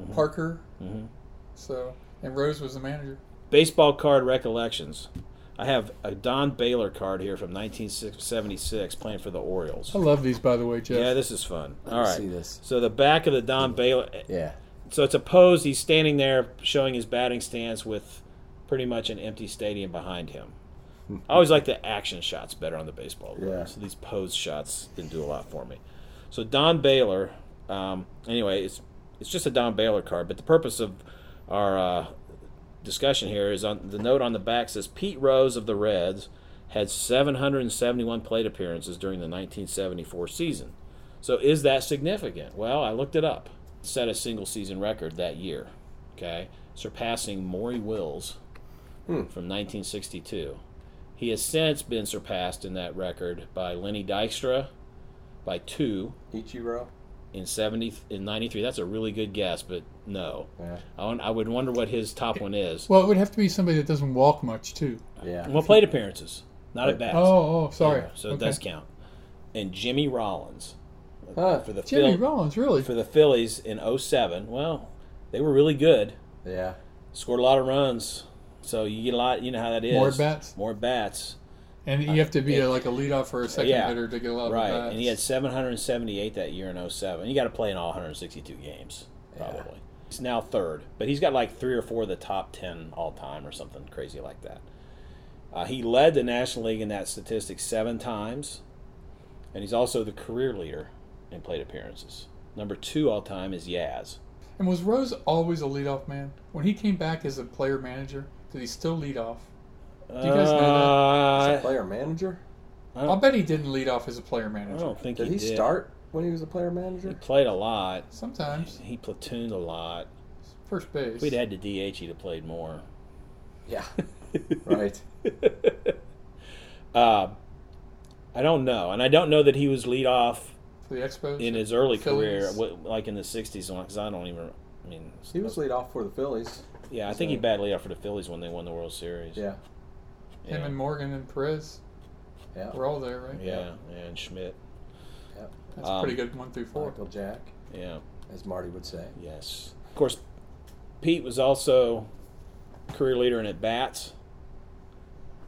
S1: Mhm.
S2: Parker.
S1: Mhm.
S2: So and Rose was the manager.
S1: Baseball card recollections. I have a Don Baylor card here from 1976 playing for the Orioles.
S2: I love these by the way, Jeff.
S1: Yeah, this is fun. All
S3: Let's
S1: right.
S3: See this?
S1: So the back of the Don Baylor.
S3: Yeah.
S1: So it's a pose. He's standing there showing his batting stance with pretty much an empty stadium behind him. I always like the action shots better on the baseball. Card.
S3: Yeah.
S1: So these pose shots didn't do a lot for me. So Don Baylor. Um, anyway, it's it's just a Don Baylor card, but the purpose of our uh, discussion here is on the note on the back says Pete Rose of the Reds had 771 plate appearances during the 1974 season. So is that significant? Well, I looked it up. Set a single season record that year, okay, surpassing Maury Wills
S2: Hmm.
S1: from 1962. He has since been surpassed in that record by Lenny Dykstra by two
S3: Ichiro.
S1: in 70 in 93. That's a really good guess, but no.
S3: Yeah.
S1: I, won- I would wonder what his top one is.
S2: Well, it would have to be somebody that doesn't walk much too.
S3: Yeah.
S1: Well, plate appearances, not at bats.
S2: Oh, oh, sorry.
S1: so it
S2: Okay.
S1: does count. And Jimmy Rollins
S3: Huh.
S1: for the
S2: Ah, Jimmy
S1: Phil-
S2: Rollins, really?
S1: for the Phillies in 07. Well, they were really good.
S3: Yeah.
S1: Scored a lot of runs. So you get a lot, you know how that is.
S2: More bats.
S1: More bats.
S2: And you have to be a, like a leadoff or a second
S1: Yeah.
S2: hitter to get a lot of
S1: Right.
S2: bats.
S1: And he had 778 that year in 07. You got to play in all 162 games, probably. He's now third, but he's got like three or four of the top 10 all time or something crazy like that. Uh, he led the National League in that statistic seven times, and he's also the career leader in plate appearances. Number two all time is Yaz.
S2: And was Rose always a leadoff man? When he came back as a player manager, did he still lead off?
S1: Do
S2: you guys know that?
S1: Uh,
S3: As a player manager?
S1: I
S2: I'll
S1: don't-
S2: bet he didn't lead off as a player manager.
S1: I don't think
S3: Did he, start when he was a player
S1: He
S3: manager?
S1: played a lot.
S2: Sometimes
S1: He platooned a lot.
S2: first base.
S1: If we'd had to DH, he'd have played more.
S3: Yeah. right.
S1: Uh, I don't know, and I don't know that he was lead off
S2: for the Expos.
S1: in his early
S2: Phillies.
S1: career, what, like in the '60s, because I don't even. I mean,
S3: He was lead off for the Phillies.
S1: yeah, I think he batted lead off for the Phillies when they won the World Series.
S3: Yeah.
S1: yeah,
S2: Him and Morgan and Perez
S3: Yeah.
S2: were all there, right?
S1: yeah, yeah, and Schmidt.
S2: That's
S1: Um,
S2: a pretty good one through four.
S3: Michael Jack,
S1: Yeah,
S3: as Marty would say.
S1: yes. Of course, Pete was also career leader in at bats.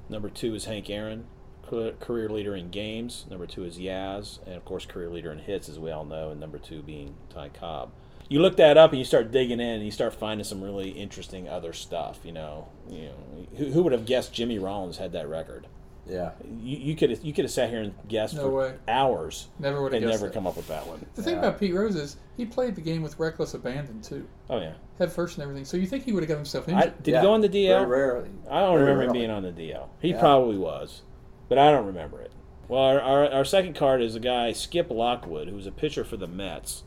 S1: Number two is Hank Aaron, career- career leader in games. Number two is Yaz, and of course, career leader in hits, as we all know, and number two being Ty Cobb. You look that up and you start digging in, and you start finding some really interesting other stuff. You know, you know, who, who would have guessed Jimmy Rollins had that record?
S3: Yeah.
S1: You, you could have, you could have sat here and guessed
S2: No
S1: for
S2: way.
S1: hours
S2: Never would have
S1: and
S2: guessed
S1: never
S2: it.
S1: come up with that one.
S2: The thing
S3: Yeah.
S2: about Pete Rose is he played the game with reckless abandon too,
S1: Oh yeah,
S2: head first and everything. So you think he would have got himself
S1: I,
S2: injured?
S1: did
S3: Yeah.
S1: he go on the DL?
S3: Very rarely.
S1: I don't
S3: Very
S1: remember him
S3: rarely.
S1: being on the DL. He
S3: Yeah.
S1: probably was, but I don't remember it. Well, our, our, our second card is a guy, Skip Lockwood, who was a pitcher for the Mets.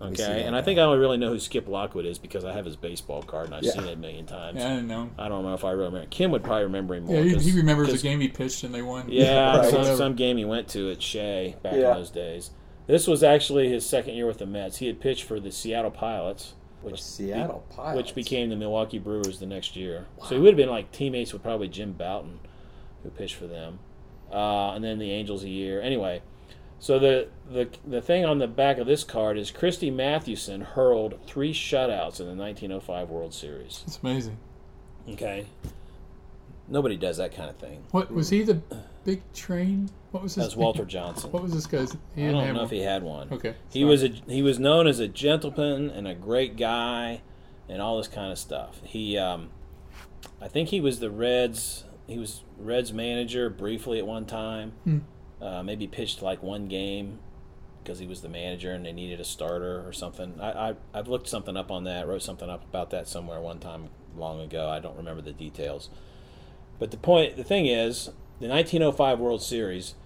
S3: me see
S1: Okay,
S3: that
S1: and I
S3: guy.
S1: think I only really know who Skip Lockwood is because I have his baseball card and I've
S3: Yeah.
S1: seen it a million times.
S2: yeah, I didn't know.
S1: I don't know if I really remember. Kim would probably remember him more.
S2: Yeah, he,
S1: 'cause-
S2: he remembers the
S1: 'cause-
S2: game he pitched and they won.
S1: Yeah,
S3: Right.
S1: some,
S2: Whatever.
S1: some game he went to at Shea back
S3: Yeah.
S1: in those days. This was actually his second year with the Mets. He had pitched for the Seattle Pilots,
S3: The
S1: which
S3: Seattle Pilots.
S1: which became the Milwaukee Brewers the next year. So he would have been like teammates with probably Jim Bouton, who pitched for them, uh, and then the Angels a year. Anyway, so the the the thing on the back of this card is Christy Mathewson hurled three shutouts in the 1905 World Series.
S2: It's amazing.
S1: Okay, nobody does that kind of thing.
S2: What was he the big train? What was his?
S1: That was
S2: name?
S1: Walter Johnson.
S2: What was this guy's? He
S1: I
S2: didn't
S1: don't
S2: have
S1: know
S2: one.
S1: if he had one.
S2: Okay.
S1: He was a he was known as a gentleman and a great guy, and all this kind of stuff. He, um, I think he was the Reds. He was Reds manager briefly at one time.
S2: Hmm.
S1: Uh, maybe pitched like one game because he was the manager and they needed a starter or something. I, I I've looked something up on that. Wrote something up about that somewhere one time long ago. I don't remember the details. But the point, the thing is, the 1905 World Series.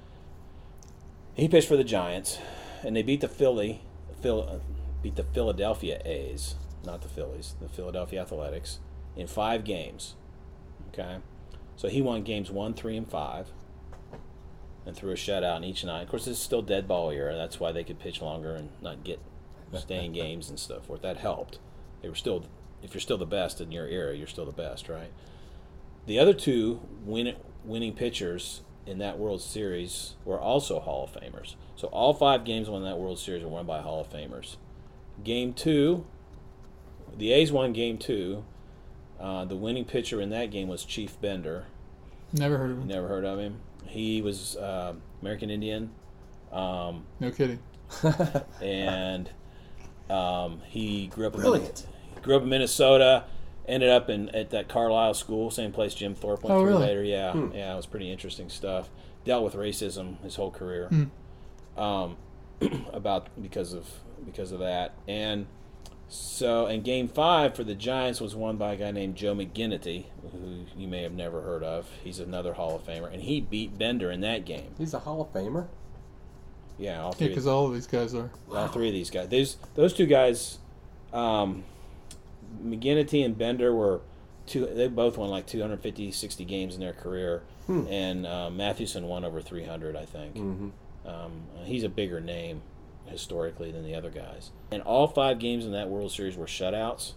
S1: He pitched for the Giants, and they beat the Philly, Phil, uh, beat the Philadelphia A's, not the Phillies, the Philadelphia Athletics, in five games. Okay, so he won games one, three, and five. and threw a shutout in each night. Of course, this is still dead ball era. That's why they could pitch longer and not get staying games and stuff. Where that helped, they were still. If you're still the best in your era, you're still the best, right? The other two win, winning pitchers in that World Series were also Hall of Famers. So all five games won that World Series were won by Hall of Famers. Game two, the A's won game two. Uh, the winning pitcher in that game was Chief Bender.
S2: Never heard of
S1: You
S2: him.
S1: never heard of him. He was uh, American Indian, um,
S2: No kidding.
S1: and um, he grew up in
S3: Brilliant.
S1: Min- grew up in Minnesota. Ended up in at that Carlisle school, same place Jim Thorpe went
S2: Oh,
S1: through
S2: really?
S1: later. Yeah, yeah, it was pretty interesting stuff. Dealt with racism his whole career,
S2: Hmm.
S1: um, about because of because of that. And so, and Game Five for the Giants was won by a guy named Joe McGinnity, who you may have never heard of. He's another Hall of Famer, and he beat Bender in that game.
S3: He's a Hall of Famer.
S1: Yeah, all
S2: Yeah,
S1: three.
S2: because all of these guys are.
S1: All three of these guys. These those two guys, um, McGinnity and Bender were two. They both won like 250, 60 games in their career, and uh, Mathewson won over three hundred, I think.
S3: Mhm.
S1: Um, he's a bigger name historically than the other guys. And all five games in that World Series were shutouts,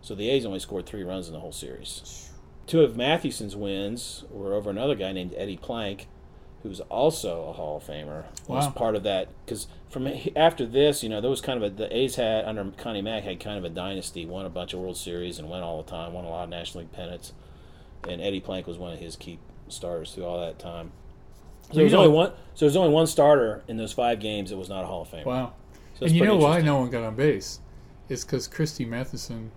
S1: so the A's only scored three runs in the whole series. Two of Mathewson's wins were over another guy named Eddie Plank, who's also a Hall of Famer. Was
S2: Wow.
S1: part of that because from after this, you know, there was kind of a the A's had under Connie Mack had kind of a dynasty. Won a bunch of World Series and went all the time. Won a lot of National League pennants, and Eddie Plank was one of his key stars through all that time. So there's
S2: know-
S1: only one. So there's only one starter in those five games that was not a Hall of Famer.
S2: Wow.
S1: So it's
S2: and you
S1: pretty
S2: know why
S1: interesting.
S2: no one got on base? It's because Christy Matheson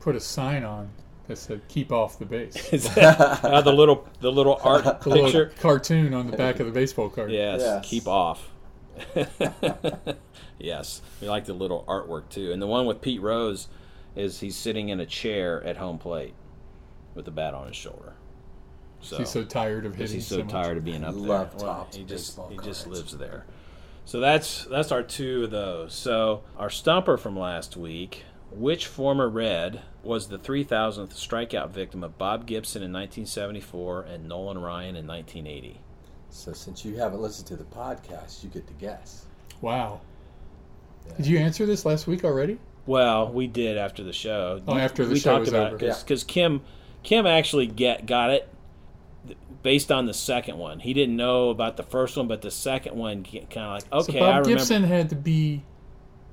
S2: put a sign on that said "Keep off the base."
S1: Is that, uh, the little the little art
S2: The little
S1: picture?
S2: cartoon on the back of the baseball card.
S1: Yes,
S3: Yes.
S1: keep off. yes, we like the little artwork too, and the one with Pete Rose is he's sitting in a chair at home plate with the bat on his shoulder. So
S2: He's so tired of
S1: because
S2: hitting.
S1: he's so
S2: much.
S1: tired of being up
S3: Love
S1: there. Well,
S3: tops
S1: he just
S3: baseball
S1: he just
S3: cards.
S1: lives there. So that's that's our two of those. So our stumper from last week, which former Red was the 3,000th strikeout victim of Bob Gibson in 1974 and Nolan Ryan in 1980?
S3: So since you haven't listened to the podcast, you get to guess.
S2: Wow.
S3: Yeah.
S2: Did you answer this last week already?
S1: Well, we did after the show.
S2: Oh, after the
S1: we
S2: show
S1: talked
S2: was
S1: about
S2: over.
S1: because Kim Kim actually get got it th- based on the second one. He didn't know about the first one, but the second one kind of like okay,
S2: so
S1: I
S2: Bob
S1: remember
S2: Gibson had to be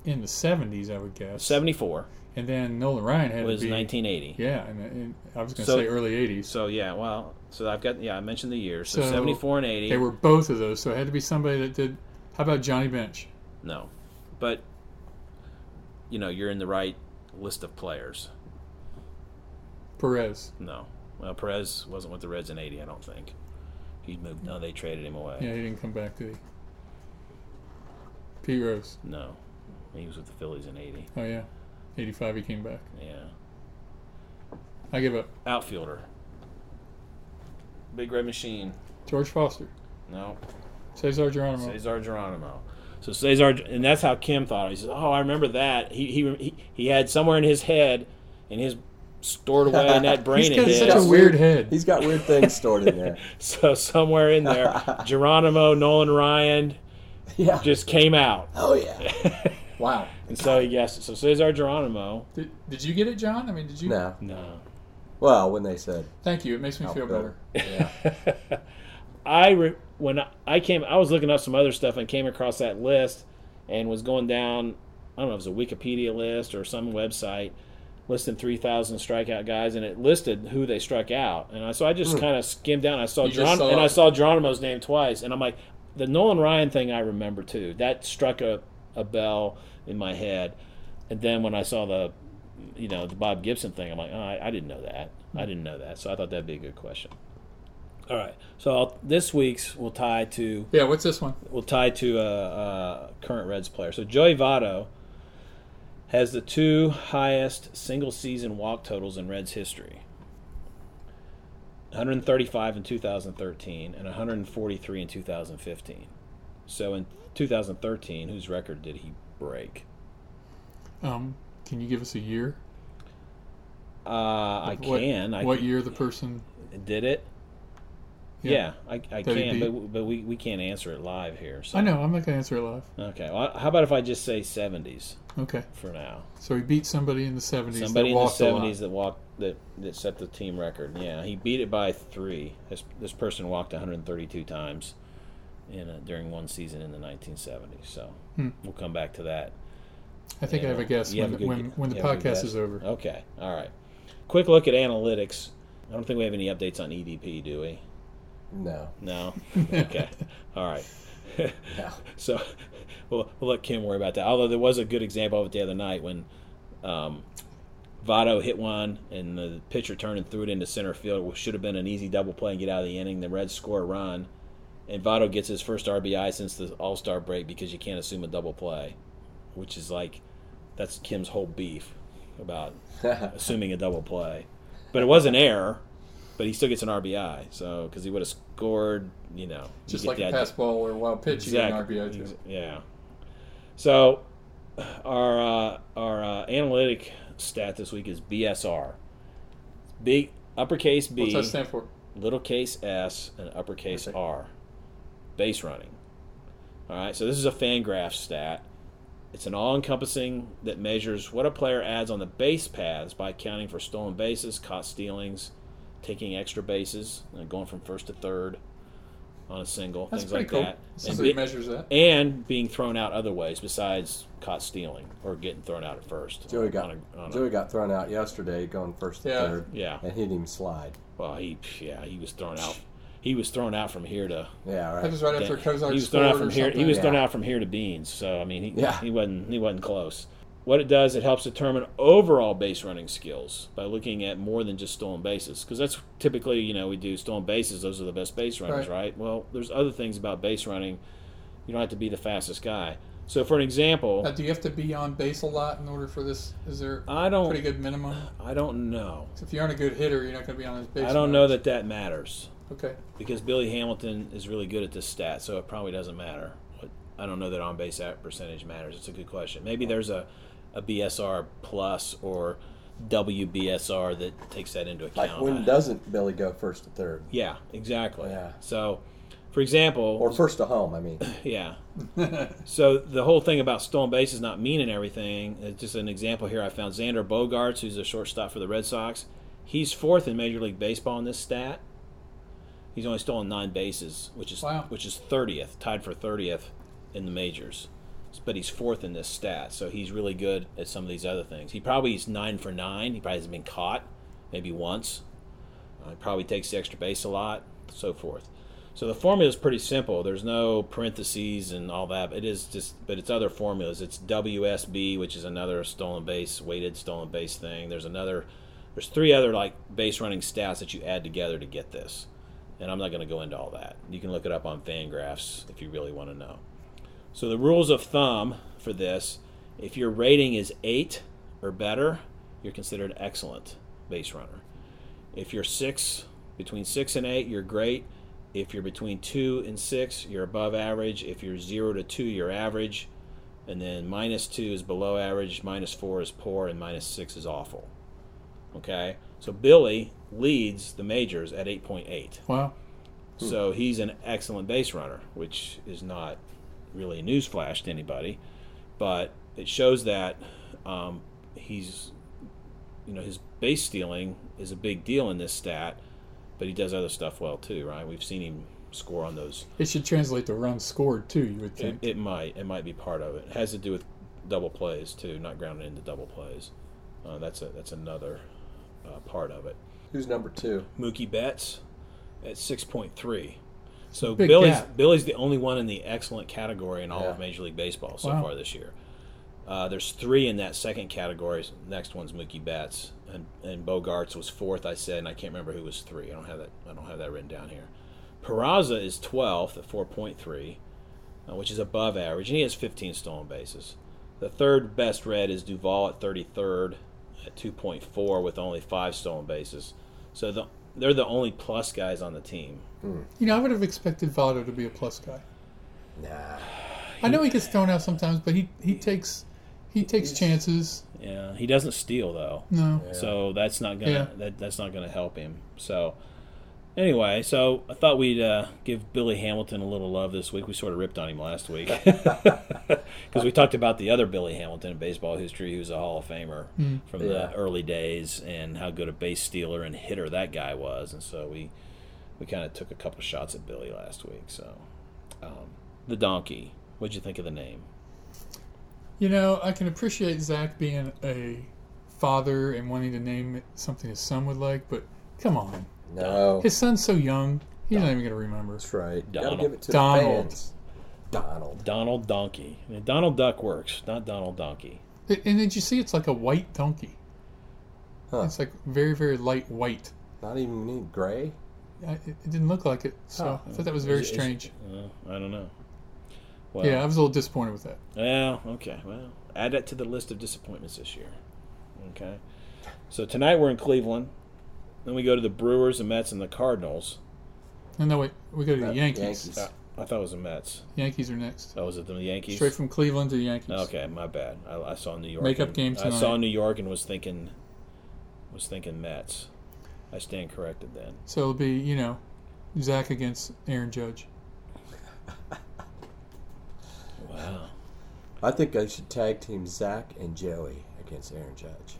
S2: in the '70s, I would guess.
S1: 74
S2: And then Nolan Ryan had
S1: was
S2: to be.
S1: 1980.
S2: Yeah, and, and I was going to
S1: So-
S2: say early '80s.
S1: So yeah, well, so I've got yeah, I mentioned the years. So,
S2: So,
S1: 74 and 80.
S2: They were both of those, so it had to be somebody that did. How about Johnny Bench?
S1: no. But you know, you're in the right list of players.
S2: Perez.
S1: No. Well, Perez wasn't with the Reds in 80, I don't think. He moved no, they traded him away.
S2: Yeah, he didn't come back, did he? Pete Rose.
S1: No. He was with the Phillies in 80.
S2: Oh yeah, '85 he came back.
S1: Yeah.
S2: I give up.
S1: Outfielder. Big Red Machine.
S2: George Foster.
S1: No.
S2: Cesar Geronimo.
S1: Cesar Geronimo. So Cesar, and that's how Kim thought. He says, "Oh, I remember that. He he he, he had somewhere in his head, in his stored away in that brain
S2: He's
S1: of
S2: got
S1: his.
S2: such a weird head.
S3: He's got weird things stored in there.
S1: so somewhere in there, Geronimo, Nolan Ryan
S3: Yeah.
S1: just came out,
S3: oh yeah. Wow.
S1: and so he guessed it. So Cesar Geronimo.
S2: Did, did you get it, John? I mean, did you?
S3: No.
S1: No,
S3: Well, when they said
S2: Thank you. It makes me feel better.
S3: outfielder. Yeah.
S1: I re- when I came, I was looking up some other stuff and came across that list, and was going down. I don't know, if it was a Wikipedia list or some website listing three thousand strikeout guys, and it listed who they struck out. And I so I just kind of skimmed down. I saw
S2: Hmm. You just
S1: Geron-
S2: saw-
S1: and I saw Geronimo's name twice, and I'm like, the Nolan Ryan thing I remember too. That struck a a bell in my head. And then when I saw the, you know, the Bob Gibson thing, I'm like, oh, I, I didn't know that.
S2: Hmm.
S1: I didn't know that. So I thought that'd be a good question. All right. So I'll, this week's will tie to
S2: Yeah. What's this one?
S1: will tie to a, a current Reds player. So Joey Votto has the two highest single season walk totals in Reds history. 135 in 2013 and 143 in 2015. So in 2013, whose record did he break?
S2: Um, can you give us a year?
S1: Uh, I
S2: What-
S1: can. I
S2: What year the person?
S1: did it. Yeah, I, I
S2: That'd
S1: can,
S2: be-
S1: but, but we, we can't answer it live here. So.
S2: I know. I'm not gonna answer it live.
S1: Okay. Well, how about if I just say 70s
S2: Okay.
S1: for now?
S2: So he beat somebody in the
S1: Somebody
S2: 70s. that
S1: in the
S2: walked a lot.
S1: 70s that walked that, that set the team record. Yeah, he beat it by three. This this person walked 132 times in a, during one season in the 1970s. So
S2: Hmm.
S1: we'll come back to that.
S2: I think I have a guess
S1: You
S2: when,
S1: have a good
S2: when,
S1: gu-
S2: when the
S1: you have a good
S2: podcast
S1: guess?
S2: is over.
S1: Okay. All right. Quick look at analytics. I don't think we have any updates on EDP, do we?
S3: No.
S1: No. Okay. All right.
S3: No.
S1: So we'll, we'll let Kim worry about that. Although there was a good example of it the other night when um, Votto hit one and the pitcher turned and threw it into center field, which should have been an easy double play and get out of the inning. The Reds score a run, and Votto gets his first RBI since the All Star break because you can't assume a double play, which is like that's Kim's whole beef about assuming a double play. But it was an error. But he still gets an RBI, so because he would have scored, you know, you
S2: Just
S1: get
S2: like
S1: the
S2: a
S1: idea.
S2: pass ball or a wild pitch,
S1: Exactly.
S2: you get an RBI
S1: Ex-
S2: too.
S1: Yeah. So our uh, our uh, analytic stat this week is BSR. Big uppercase
S2: What's
S1: B,
S2: that stand for?
S1: little case S, and uppercase
S2: Okay.
S1: R. Base running. All right. So this is a fan graph stat. It's an all-encompassing that measures what a player adds on the base paths by accounting for stolen bases, caught stealings, taking extra bases, and going from first to third on a single,
S2: That's
S1: things
S2: pretty
S1: like
S2: cool.
S1: that. And
S2: Somebody
S1: bi-
S2: measures that.
S1: and being thrown out other ways besides caught stealing or getting thrown out at first.
S3: Joey got
S1: On a- on a-
S3: Joey got thrown out yesterday, going first to
S2: Yeah.
S3: third,
S1: yeah.
S3: and he didn't even slide.
S1: Well, he yeah he was thrown out. He was thrown out from here to.
S3: Yeah, all
S2: That
S3: right.
S2: was right after Kozak
S1: he was
S2: scored
S1: thrown out from
S2: or
S1: here. He
S2: something.
S1: was thrown
S3: Yeah.
S1: out from here to beans. So I mean, he
S3: Yeah.
S1: he wasn't he wasn't close. What it does, it helps determine overall base running skills by looking at more than just stolen bases, because that's typically you know we do stolen bases; those are the best base runners, right.
S2: Right.
S1: Well, there's other things about base running. You don't have to be the fastest guy. So, for an example,
S2: Now, do you have to be on base a lot in order for this? Is there a
S1: I don't
S2: pretty good minimum?
S1: I don't know.
S2: 'Cause if you aren't a good hitter, you're not going to be on his base.
S1: I don't
S2: a
S1: know
S2: lot.
S1: that that matters
S2: Okay.
S1: because Billy Hamilton is really good at this stat, so it probably doesn't matter. But I don't know that on base percentage matters. It's a good question. Maybe there's a, a BSR plus or WBSR that takes that into account.
S3: Like when
S1: I-
S3: doesn't Billy go first to third
S1: yeah, exactly.
S3: Yeah.
S1: So, for example,
S3: or first to home? I mean,
S1: yeah. so the whole thing about stolen bases not meaning everything. It's just an example here. I found Xander Bogarts, who's a shortstop for the Red Sox. He's fourth in Major League Baseball in this stat. He's only stolen nine bases, which is
S2: Wow.
S1: which is thirtieth, tied for thirtieth in the majors. But he's fourth in this stat, so he's really good at some of these other things. He probably is nine for nine. He probably hasn't been caught, maybe once. Uh, he probably takes the extra base a lot, so forth. So the formula is pretty simple. There's no parentheses and all that. It is just, but it's other formulas. It's WSB, which is another stolen base, weighted stolen base thing. There's another, there's three other like base running stats that you add together to get this. And I'm not going to go into all that. You can look it up on Fangraphs if you really want to know. So the rules of thumb for this: if your rating is eight or better, you're considered excellent base runner. If you're six, between six and eight, you're great. If you're between two and six, you're above average. If you're zero to two, you're average. And then minus two is below average, minus four is poor, and minus six is awful. Okay? So Billy leads the majors at 8.8.
S2: Wow.
S1: So he's an excellent base runner, which is not really a newsflash to anybody, but it shows that um, he's, you know, his base stealing is a big deal in this stat, but he does other stuff well too, right? We've seen him score on those.
S2: It should translate to runs scored too. You would
S1: It,
S2: think.
S1: it might, it might be part of it. It has to do with double plays too, not grounded into double plays. Uh, that's a that's another uh, part of it.
S3: who's number two?
S1: Mookie Betts at six point three. So
S2: Big
S1: Billy's
S2: gap.
S1: Billy's the only one in the excellent category in all of
S3: Yeah.
S1: Major League Baseball so
S2: Wow.
S1: far this year. Uh, there's three in that second category. Next one's Mookie Betts, and and Bogarts was fourth. I said, and I can't remember who was three. I don't have that. I don't have that written down here. Peraza is 12th at 4.3, uh, which is above average, and he has 15 stolen bases. The third best red is Duval at 33rd at 2.4 with only five stolen bases. So the, they're the only plus guys on the team.
S2: you know, I would have expected Votto to be a plus guy.
S3: Nah,
S2: I know he gets thrown out sometimes, but he he takes he takes chances.
S1: Yeah, he doesn't steal though,
S2: No.
S1: so that's not gonna
S2: Yeah.
S1: that, that's not gonna help him. So Anyway, so I thought we'd uh, give Billy Hamilton a little love this week. We sort of ripped on him last week because we talked about the other Billy Hamilton in baseball history, who's a Hall of Famer from
S3: Yeah.
S1: the early days, and how good a base stealer and hitter that guy was. And so we we kind of took a couple shots at Billy last week. So um, the donkey. What'd you think of the name?
S2: You know, I can appreciate Zach being a father and wanting to name it something his son would like, but come on.
S3: No,
S2: His son's so young, he's not even going to remember.
S3: that's right.
S1: Donald.
S3: Gotta give it to
S2: Donald.
S3: the fans. Donald.
S1: Donald Donkey. I mean, Donald Duck works, not Donald Donkey.
S2: And and did you see it's like a white donkey?
S3: Huh.
S2: It's like very, very light white.
S3: Not even any gray.
S2: I, it it didn't look like it, so I thought that was very
S1: Is- is-
S2: strange.
S1: Uh, I don't know. Well,
S2: Yeah, I was a little disappointed with that.
S1: Yeah, okay. Well, add that to the list of disappointments this year. Okay. So tonight we're in Cleveland. Then we go to the Brewers, the Mets, and the Cardinals.
S2: And no, wait, we go to the
S3: Uh,
S2: Yankees.
S3: Yankees.
S1: Uh, I thought it was the Mets.
S2: Yankees are next.
S1: Oh, was it the Yankees?
S2: Straight from Cleveland to the Yankees.
S1: Okay, my bad. I, I saw New York.
S2: Makeup
S1: and-
S2: game
S1: I saw
S2: tonight.
S1: New York and was thinking, was thinking Mets. I stand corrected then.
S2: So it'll be, you know, Zach against Aaron Judge.
S1: Wow.
S3: I think I should tag team Zach and Joey against Aaron Judge.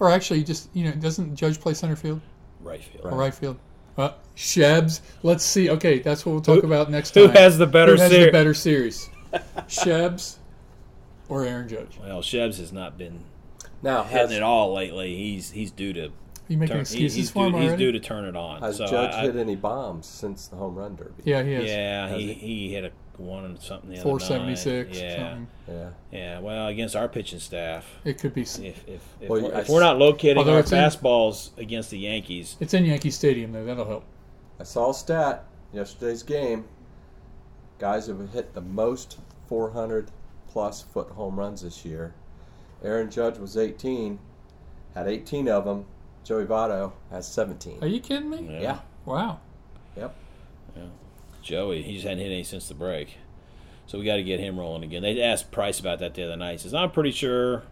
S2: Or actually, just, you know, doesn't Judge play center field
S1: Right field.
S2: or
S3: Right.
S2: right field? Uh, Shebs. Let's see. Okay, that's what we'll talk
S1: Who-
S2: about next time.
S1: Who has the better
S2: Who has
S1: series?
S2: the better series? Shebs or Aaron Judge?
S1: well, Shebs has not been
S3: Now has,
S1: hitting it all lately. He's he's due to
S2: Are you making
S1: turn, he-
S2: excuses
S1: he's,
S2: for
S1: due,
S2: him
S1: he's
S2: already?
S1: due to turn it on.
S3: has
S1: so
S3: Judge
S1: I, I-
S3: hit any bombs since the home run derby?
S2: yeah, he is.
S1: yeah, he,
S3: Has
S1: he hit a one and something. the other night.
S2: 476
S1: Yeah,
S2: something.
S3: Yeah.
S1: yeah. Well, against our pitching staff,
S2: It could be. s-
S1: if if, if,
S3: Well,
S1: we're,
S3: I
S1: if we're not locating
S2: Although
S1: our
S2: it's in-
S1: fastballs against the Yankees,
S2: It's in Yankee Stadium, though. That'll help.
S3: I saw a stat yesterday's game. Guys have hit the most 400 plus foot home runs this year. Aaron Judge was 18, had 18 of them. Joey Votto has 17.
S2: Are you kidding me?
S1: yeah,
S3: Yeah.
S2: Wow.
S3: Yep.
S1: Joey, he just hadn't hit any since the break. So we got to get him rolling again. They asked Price about that the other night. He says, "I'm pretty sure."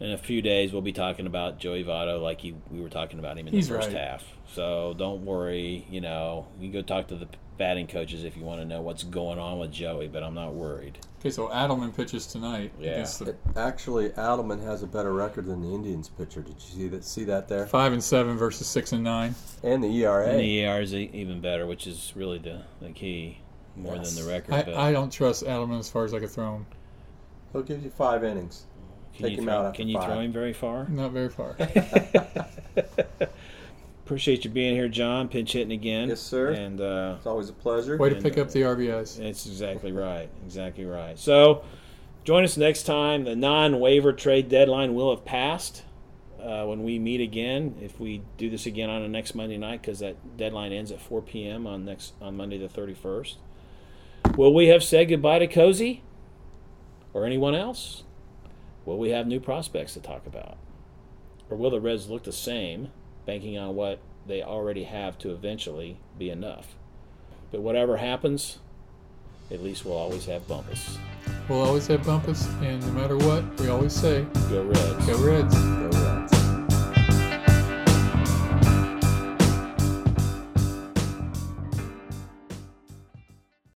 S1: In a few days, we'll be talking about Joey Votto like he, we were talking about him in
S2: He's
S1: the first
S2: right.
S1: half. So don't worry. You know, you can go talk to the batting coaches if you want to know what's going on with Joey, but I'm not worried.
S2: Okay, so Adelman pitches tonight
S1: Yeah.
S2: against the
S3: It, actually, Adelman has a better record than the Indians pitcher. Did you see that? See that there?
S2: five and seven versus six and nine.
S3: And the ERA.
S1: And the ER is e- even better, which is really the, the key more
S3: Yes.
S1: than the record. but
S2: I, I don't trust Adelman as far as I could throw him.
S3: He'll give you five innings.
S1: can
S3: take
S1: you,
S3: him
S1: throw,
S3: out after
S1: can you
S3: five.
S1: throw him very far?
S2: Not very far.
S1: Appreciate you being here, John. Pinch hitting again.
S3: Yes, sir.
S1: And uh,
S3: It's always a pleasure.
S2: Way to
S1: And,
S2: pick up the RBIs.
S1: That's exactly right. Exactly right. So, join us next time. The non-waiver trade deadline will have passed uh, when we meet again. If we do this again on a next Monday night, because that deadline ends at 4 p.m. on next on Monday the 31st. Will we have said goodbye to Cozy or anyone else? Will we have new prospects to talk about, or will the Reds look the same, banking on what they already have to eventually be enough? But whatever happens, at least we'll always have Bumpus.
S2: We'll always have Bumpus, and no matter what, we always say,
S1: Go Reds.
S2: go Reds.
S3: Go Reds.